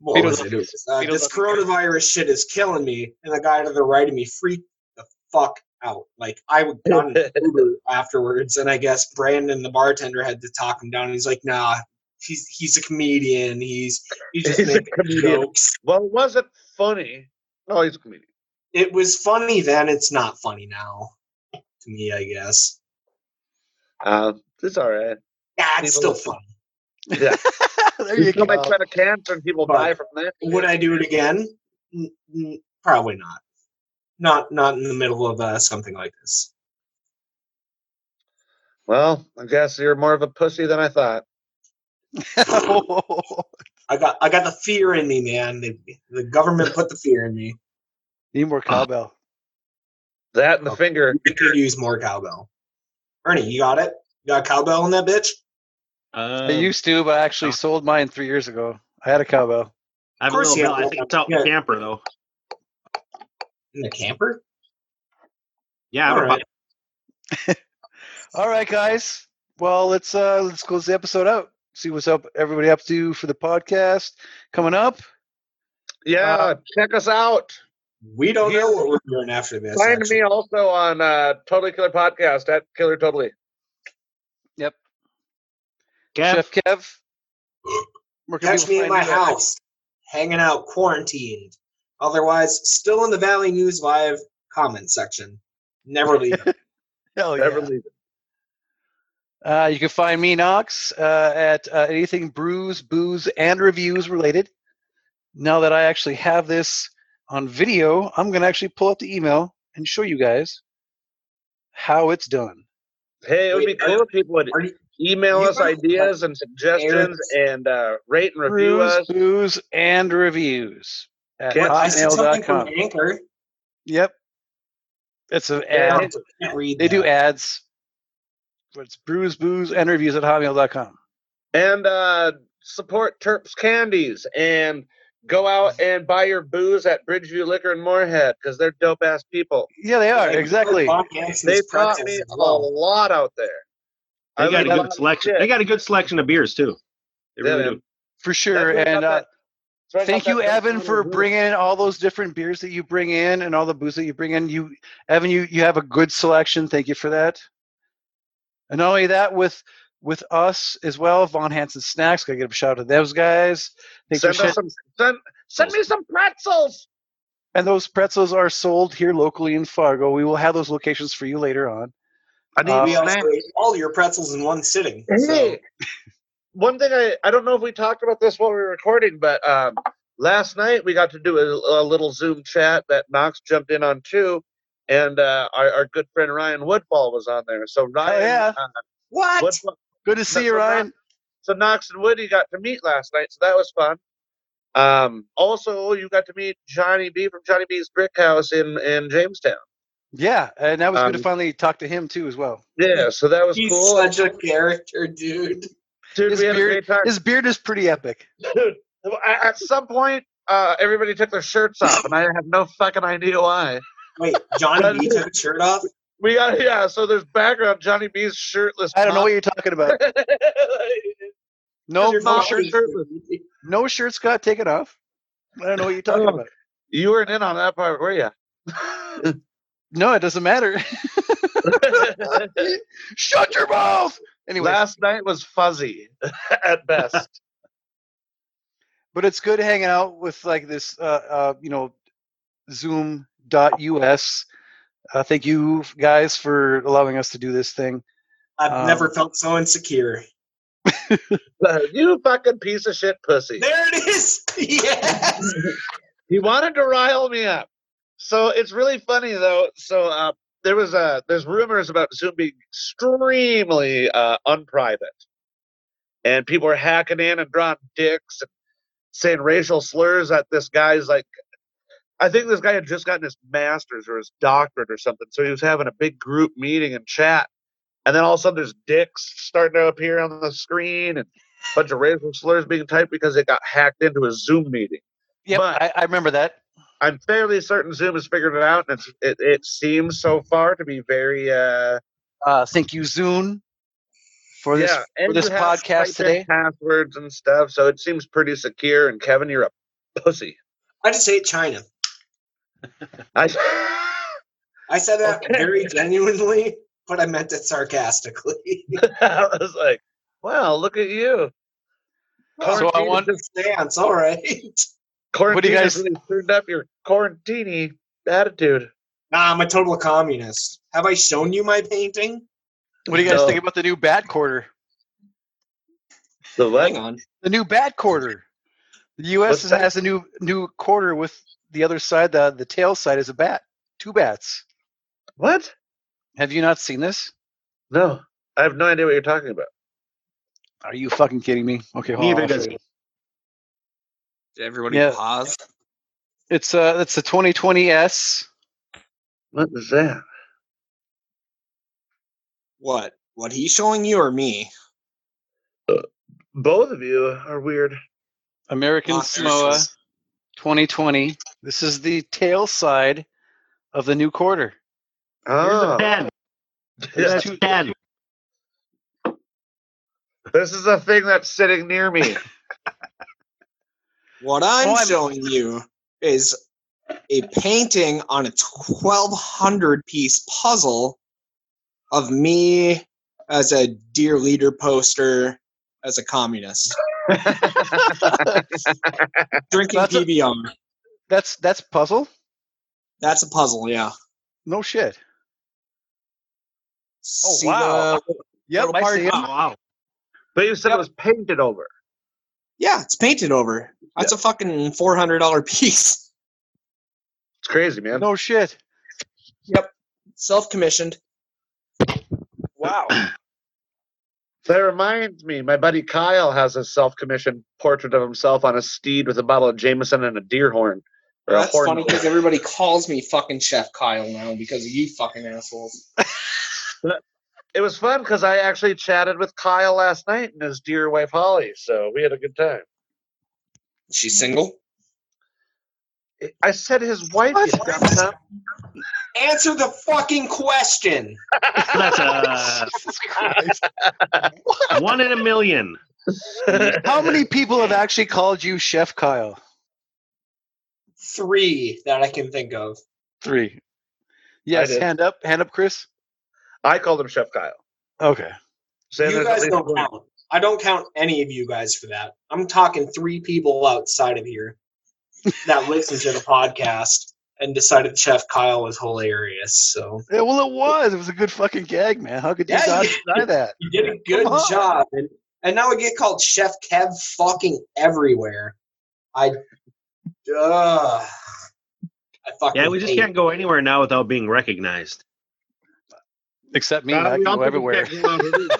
Speaker 3: What
Speaker 2: Fetal
Speaker 3: was it? It was, uh,
Speaker 2: Fetal
Speaker 3: this
Speaker 2: Duffy.
Speaker 3: coronavirus shit is killing me, and the guy to the right of me freaked the fuck out. Like I would got an Uber afterwards, and I guess Brandon, the bartender, had to talk him down. He's like, "Nah, he's he's a comedian. He's he's just
Speaker 5: He's a
Speaker 3: making
Speaker 5: comedian.
Speaker 3: jokes."
Speaker 5: Well, it wasn't funny. No, Oh, he's a comedian.
Speaker 3: It was funny then; it's not funny now. To me, I guess.
Speaker 5: Uh, it's all right.
Speaker 3: Yeah, it's
Speaker 5: People-
Speaker 3: still funny.
Speaker 5: Yeah,
Speaker 2: there
Speaker 5: you
Speaker 2: you
Speaker 5: still make
Speaker 2: go.
Speaker 5: fun of cancer and people
Speaker 3: But
Speaker 5: die from that.
Speaker 3: Would I do it again? N- n- Probably not. Not not in the middle of uh, something like this.
Speaker 5: Well, I guess you're more of a pussy than I thought.
Speaker 3: I got I got the fear in me, man. The, the government put the fear in me.
Speaker 2: Need more cowbell.
Speaker 5: That and the finger.
Speaker 3: We could use more cowbell. Ernie, you got it. You got cowbell in that bitch.
Speaker 4: Uh,
Speaker 2: I used to, but I actually
Speaker 3: oh.
Speaker 2: sold mine three years ago. I had a cowbell.
Speaker 4: I have
Speaker 3: Of
Speaker 4: a
Speaker 3: course you
Speaker 4: little bit.
Speaker 3: have
Speaker 4: I think it's out in
Speaker 3: Yeah.
Speaker 4: the camper though.
Speaker 3: In the camper.
Speaker 4: Yeah, I have
Speaker 3: All
Speaker 4: a
Speaker 3: right.
Speaker 2: All right, guys. Well, let's uh let's close the episode out. See what's up, everybody up to for the podcast coming up.
Speaker 5: Yeah,
Speaker 2: Uh,
Speaker 5: check us out.
Speaker 3: We don't know what we're doing after this.
Speaker 5: Find
Speaker 3: actually.
Speaker 5: me also on uh, Totally Killer Podcast at Killer Totally.
Speaker 4: Kev,
Speaker 2: Chef Kev. Where can
Speaker 3: Catch
Speaker 2: people
Speaker 3: me in my
Speaker 2: find you at?
Speaker 3: house, hanging out, quarantined. Otherwise, still in the Valley News Live comment section. Never leave. it.
Speaker 2: Hell yeah.
Speaker 5: Never leave it.
Speaker 2: Uh, you can find me, Knox, uh, at uh, anything brews, booze, and reviews related. Now that I actually have this on video, I'm going to actually pull up the email and show you guys how it's done.
Speaker 5: Hey, it would
Speaker 3: Wait,
Speaker 5: be cool
Speaker 3: are-
Speaker 5: if people would
Speaker 3: Are you-
Speaker 5: email
Speaker 3: you
Speaker 5: us
Speaker 3: are-
Speaker 5: ideas and suggestions and uh, rate and review
Speaker 2: Brews,
Speaker 5: us.
Speaker 2: booze, and reviews at
Speaker 5: Get-
Speaker 3: I said something from
Speaker 2: hotmail.com.
Speaker 3: Anchor.
Speaker 2: Yep. It's an
Speaker 5: Yeah.
Speaker 2: ad.
Speaker 3: Can't read
Speaker 2: They do
Speaker 3: that.
Speaker 2: ads. But it's brews, booze, and reviews at hotmail.com.
Speaker 5: And uh, support Terps Candies and go out and buy your booze at Bridgeview Liquor and Moorhead because they're dope ass people.
Speaker 2: Yeah, they are.
Speaker 3: Like,
Speaker 2: Exactly.
Speaker 3: podcasts and
Speaker 5: They taught
Speaker 3: pretzels
Speaker 5: me
Speaker 3: as
Speaker 5: a
Speaker 3: well.
Speaker 5: lot out there.
Speaker 4: they
Speaker 5: I
Speaker 4: got
Speaker 5: learned
Speaker 4: a
Speaker 5: lot
Speaker 4: good
Speaker 5: of
Speaker 4: selection.
Speaker 5: shit.
Speaker 4: They got a good selection of beers too. They
Speaker 5: Yeah,
Speaker 4: really
Speaker 5: man.
Speaker 4: do.
Speaker 2: For
Speaker 5: That's
Speaker 2: sure.
Speaker 5: where I got
Speaker 2: And, uh,
Speaker 5: that- that's where I
Speaker 2: Thank
Speaker 5: got that
Speaker 2: you,
Speaker 5: Terps
Speaker 2: Evan,
Speaker 5: Candy
Speaker 2: for
Speaker 5: booze.
Speaker 2: bringing in all those different beers that you bring in and all the booze that you bring in. You, Evan, you you have a good selection. Thank you for that. And not only that, with with us as well. Von Hansen Snacks. Gotta give a shout out to those guys. Thanks for
Speaker 5: Send
Speaker 2: shit.
Speaker 5: us some. Send, send me some pretzels.
Speaker 2: And those pretzels are sold here locally in Fargo. We will have those locations for you later on.
Speaker 5: I need
Speaker 2: Uh,
Speaker 3: we also
Speaker 5: snacks.
Speaker 3: ate all your pretzels in one sitting. So
Speaker 5: Hey, one thing I, I don't know if we talked about this while we were recording, but um, last night we got to do a, a little Zoom chat that Knox jumped in on too, and uh, our, our good friend Ryan Woodfall was on there. So Ryan,
Speaker 2: yeah.
Speaker 5: uh,
Speaker 3: what?
Speaker 5: Woodfall,
Speaker 2: Good to see you, Ryan.
Speaker 5: so Knox and Woody got to meet last night, so that was fun. Um, also, you got to meet Johnny B from Johnny B's Brick House in in Jamestown.
Speaker 2: Yeah, and that was good to
Speaker 5: Um,
Speaker 2: finally talk to him too as well.
Speaker 5: Yeah, so that was
Speaker 3: He's
Speaker 5: cool.
Speaker 3: such a character, dude.
Speaker 5: Dude,
Speaker 2: his
Speaker 5: we had
Speaker 2: beard-
Speaker 5: a great time.
Speaker 2: His beard is pretty epic.
Speaker 5: Dude, at at some point, uh, everybody took their shirts off, and I have no fucking idea why.
Speaker 3: Wait, Johnny B took his shirt off.
Speaker 5: We got yeah. So there's background Johnny B's shirtless.
Speaker 2: I don't know what you're talking about. No,
Speaker 3: Your
Speaker 2: no
Speaker 3: mom-
Speaker 2: shirts, no shirts got taken off. I don't know what you're talking
Speaker 5: Oh.
Speaker 2: about.
Speaker 5: you weren't in on that part, were you?
Speaker 2: No, it doesn't matter. Shut your mouth. Anyway,
Speaker 5: Last night was fuzzy at best.
Speaker 2: but it's good hanging out with like this, uh, uh, you know, Zoom.us. Uh, thank you guys for allowing us to do this thing.
Speaker 3: I've
Speaker 2: Um,
Speaker 3: never felt so insecure.
Speaker 5: you fucking piece of shit pussy.
Speaker 3: There it is. Yes.
Speaker 5: He wanted to rile me up. So it's really funny though. So uh, there was uh, there's rumors about Zoom being extremely uh, unprivate, and people are hacking in and drawing dicks and saying racial slurs at this guy's like. I think this guy had just gotten his master's or his doctorate or something, so he was having a big group meeting and chat, and then all of a sudden there's dicks starting to appear on the screen and a bunch of racial slurs being typed because it got hacked into a Zoom meeting.
Speaker 2: Yep,
Speaker 5: But-
Speaker 2: I, I remember that.
Speaker 5: I'm fairly certain Zoom has figured it out, and it's, it, it seems so far to be very uh,
Speaker 2: Uh, thank you, Zoom, for this
Speaker 5: yeah. and
Speaker 2: for this
Speaker 5: you have to
Speaker 2: podcast
Speaker 5: type in
Speaker 2: today.
Speaker 5: passwords and stuff, so it seems pretty secure. And Kevin, you're a pussy.
Speaker 3: I just hate China.
Speaker 5: I,
Speaker 3: I said that
Speaker 5: Okay.
Speaker 3: very genuinely, but I meant it sarcastically.
Speaker 5: I was like, wow, look at you.
Speaker 2: So I want
Speaker 3: Dance, all right.
Speaker 5: Quarantine
Speaker 2: What do you
Speaker 5: has
Speaker 2: guys-
Speaker 5: really turned up your quarantini attitude.
Speaker 3: Nah, I'm a total communist. Have I shown you my painting?
Speaker 2: What do you guys
Speaker 5: No.
Speaker 2: think about the new bat quarter?
Speaker 5: The
Speaker 3: Hang
Speaker 5: what?
Speaker 3: on.
Speaker 2: The new bat quarter. The U.S.
Speaker 5: What's that?
Speaker 2: has a new new quarter with the other side. The the tail side is a bat. Two bats.
Speaker 5: What?
Speaker 2: Have you not seen this?
Speaker 5: No, I have no idea what you're talking about.
Speaker 2: Are you fucking kidding me? Okay, hold on,
Speaker 4: Neither
Speaker 2: I'll show
Speaker 4: does
Speaker 2: you.
Speaker 4: he.
Speaker 7: Did everybody
Speaker 2: Yeah.
Speaker 7: pause?
Speaker 2: It's uh, it's the 2020s.
Speaker 5: What is that?
Speaker 7: What? What he's showing you or me?
Speaker 5: Both of you are weird.
Speaker 2: American
Speaker 7: Ah, there it
Speaker 2: Samoa
Speaker 7: is.
Speaker 2: 2020. This is the tail side of the new quarter.
Speaker 4: Here's a
Speaker 5: Oh,
Speaker 4: pen. Here's
Speaker 5: yeah.
Speaker 4: a pen.
Speaker 5: this is a thing that's sitting near me.
Speaker 7: What I'm,
Speaker 2: Oh, I'm-
Speaker 7: showing you is a painting on a 1200 piece puzzle of me as a dear leader poster as a communist drinking
Speaker 2: That's a-
Speaker 7: PBR.
Speaker 2: That's that's puzzle.
Speaker 7: That's a puzzle, yeah.
Speaker 2: No shit. Oh,
Speaker 7: See
Speaker 2: wow.
Speaker 7: the-
Speaker 2: Yep,
Speaker 7: Little
Speaker 2: I
Speaker 7: part-
Speaker 2: see it.
Speaker 4: Oh, wow.
Speaker 5: But you said it was painted over.
Speaker 7: yeah, it's painted over. That's a fucking $400 piece.
Speaker 5: It's crazy, man.
Speaker 2: No shit.
Speaker 7: Self commissioned.
Speaker 2: Wow.
Speaker 5: That reminds me, my buddy Kyle has a self-commissioned portrait of himself on a steed with a bottle of Jameson and a deer horn. Or a
Speaker 7: That's
Speaker 5: horn.
Speaker 7: funny because everybody calls me fucking Chef Kyle now because of you fucking assholes.
Speaker 5: It was fun because I actually chatted with Kyle last night and his dear wife Holly, so we had a good time.
Speaker 7: She's single.
Speaker 5: I said his wife. you
Speaker 7: What?
Speaker 5: dumb
Speaker 3: Answer the fucking question.
Speaker 4: That's a one in a million.
Speaker 5: dumb.
Speaker 2: How many people have actually called you Chef Kyle?
Speaker 3: Three that I can think of.
Speaker 2: Three. Yes,
Speaker 5: did.
Speaker 2: hand up, hand up, Chris.
Speaker 5: I called him Chef Kyle.
Speaker 2: Okay.
Speaker 5: Santa's
Speaker 3: you
Speaker 5: at
Speaker 3: guys
Speaker 5: least
Speaker 3: don't
Speaker 5: one.
Speaker 3: count. I don't count any of you guys for that. I'm talking three people outside of here that listened to the podcast and decided Chef Kyle was hilarious. So
Speaker 2: Yeah, well, it was. It was a good fucking gag, man. How could you
Speaker 3: Yeah,
Speaker 2: not
Speaker 3: you-
Speaker 2: deny that?
Speaker 3: you did a good
Speaker 2: Come on.
Speaker 3: job, and, and now we get called Chef Kev fucking everywhere. I, uh, I fucking
Speaker 4: Yeah, we just
Speaker 3: hate
Speaker 4: can't go anywhere now without being recognized.
Speaker 2: Except me,
Speaker 5: Uh,
Speaker 2: I can
Speaker 5: don't
Speaker 2: go
Speaker 5: think
Speaker 2: everywhere.
Speaker 5: we can go everywhere.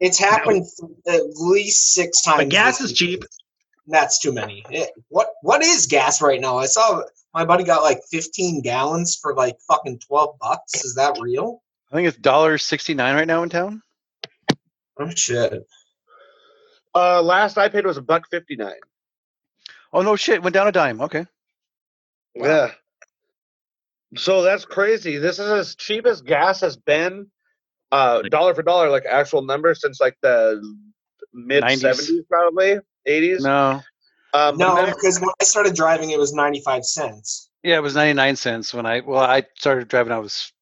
Speaker 3: It's happened at least six times.
Speaker 4: But gas
Speaker 3: this
Speaker 4: is
Speaker 3: year.
Speaker 4: cheap.
Speaker 3: That's too many. It- what what is gas right now? I saw my buddy got like 15 gallons for like fucking 12 bucks. Is that real?
Speaker 2: I think it's dollar sixty nine right now in town.
Speaker 3: Oh shit.
Speaker 5: uh, last I paid was a buck fifty nine.
Speaker 2: Oh no, shit! Went down a dime. Okay.
Speaker 5: Yeah. So that's crazy. This is as cheap as gas has been, uh, dollar for dollar, like actual number since like the mid
Speaker 2: 90s.
Speaker 5: seventies, probably eighties.
Speaker 2: No.
Speaker 5: um,
Speaker 3: No, because when I started driving, it was 95 cents.
Speaker 2: Yeah, it was ninety nine cents when I well I started driving. I was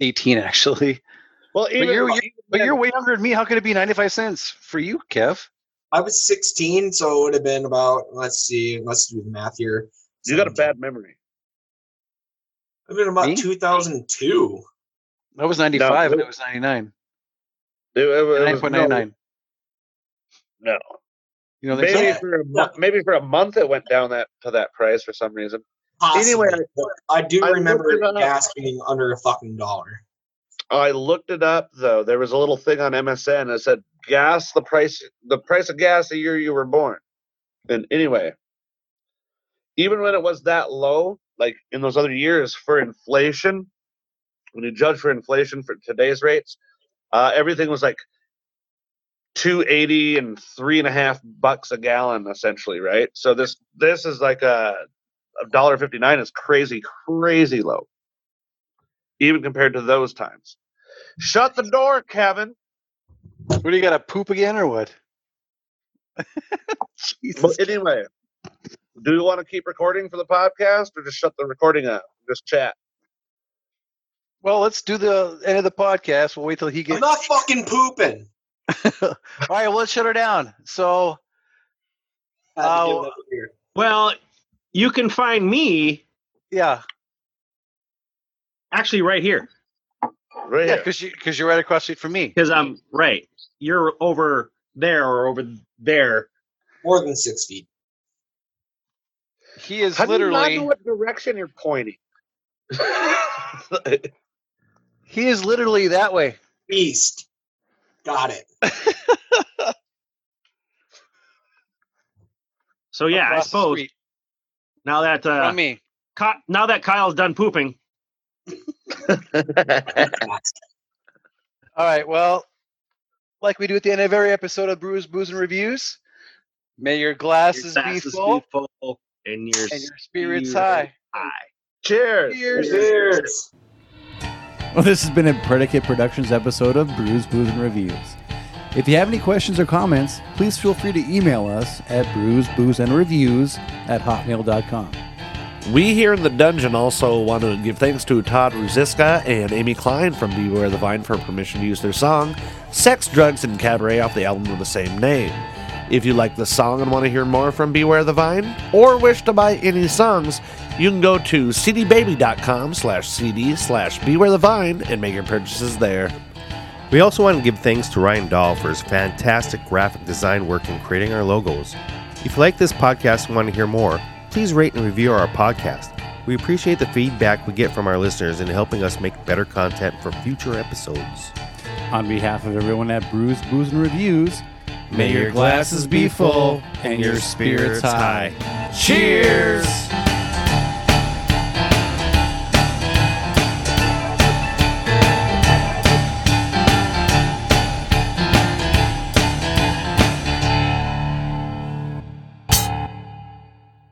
Speaker 2: eighteen actually.
Speaker 5: well, even,
Speaker 2: you're-
Speaker 5: even
Speaker 2: But
Speaker 5: then-
Speaker 2: you're way younger than me. How could it be ninety five cents for you, Kev?
Speaker 3: I was 16, so it would have been about let's see, let's do the math here.
Speaker 5: you got a bad memory.
Speaker 3: It would have been about
Speaker 2: Me?
Speaker 3: 2002.
Speaker 2: I was ninety five and
Speaker 5: no.
Speaker 2: it was ninety nine.
Speaker 5: It- it was-
Speaker 2: Nine point nine nine.
Speaker 5: No,
Speaker 2: You know,
Speaker 5: maybe
Speaker 3: Yeah.
Speaker 5: for a mo- maybe for a month it went down that to that price for some reason.
Speaker 3: Possibly.
Speaker 5: Anyway,
Speaker 3: but I do
Speaker 5: I looked
Speaker 3: remember
Speaker 5: it up.
Speaker 3: gas being under a fucking dollar.
Speaker 5: I looked it up though. There was a little thing on MSN that said gas the price the price of gas the year you were born. And anyway, even when it was that low, like in those other years for inflation, when you judge for inflation for today's rates, uh, everything was like two eighty and three and a half bucks a gallon essentially, right? So this this is like a a dollar fifty nine is crazy, crazy low. Even compared to those times. Shut the door, Kevin.
Speaker 2: What do you got to poop again or what?
Speaker 5: Well,
Speaker 2: Jesus.
Speaker 5: anyway, do you want to keep recording for the podcast or just shut the recording up? Just chat.
Speaker 2: Well, let's do the end of the podcast. We'll wait till he
Speaker 3: I'm
Speaker 2: gets.
Speaker 3: not fucking pooping.
Speaker 2: All right, well, let's shut her down. So,
Speaker 3: I had to give
Speaker 2: Oh.
Speaker 3: it up here.
Speaker 4: Well, you can find me
Speaker 2: yeah,
Speaker 4: actually right here
Speaker 2: yeah,
Speaker 5: Right here.
Speaker 2: because you because you're right across the street from me.
Speaker 4: because I'm right. You're over there or over there.
Speaker 3: More than six feet.
Speaker 2: He is
Speaker 5: How do you not
Speaker 2: literally
Speaker 5: know what direction you're pointing?
Speaker 2: he is literally that way.
Speaker 3: Beast. Got it.
Speaker 4: So yeah, I
Speaker 2: across the
Speaker 4: suppose
Speaker 2: street
Speaker 4: now that uh,
Speaker 2: from me.
Speaker 4: Ki- now that Kyle's done pooping,
Speaker 2: All right, well, like we do at the end of every episode of Brews, Booze, and Reviews, may your glasses
Speaker 4: your
Speaker 2: be
Speaker 4: glasses
Speaker 2: full
Speaker 4: be full and your
Speaker 2: and your spirits
Speaker 4: spirit
Speaker 2: high.
Speaker 4: high.
Speaker 5: Cheers.
Speaker 3: Cheers.
Speaker 1: Well, this has been a Predicate Productions episode of Brews, Booze, and Reviews. If you have any questions or comments, please feel free to email us at brews, booze, and reviews at hotmail.com.
Speaker 8: We here in the dungeon also want to give thanks to Todd Ruziska and Amy Klein from Beware the Vine for permission to use their song, Sex, Drugs, and Cabaret off the album of the same name. If you like the song and want to hear more from Beware the Vine, or wish to buy any songs, you can go to cdbaby.com slash cd slash beware the vine and make your purchases there.
Speaker 9: We also want to give thanks to Ryan Dahl for his fantastic graphic design work in creating our logos. If you like this podcast and want to hear more, please rate and review our podcast. We appreciate the feedback we get from our listeners in helping us make better content for future episodes.
Speaker 1: On behalf of everyone at Brews, Booze, and Reviews,
Speaker 8: May your glasses be full and your spirits high. Cheers!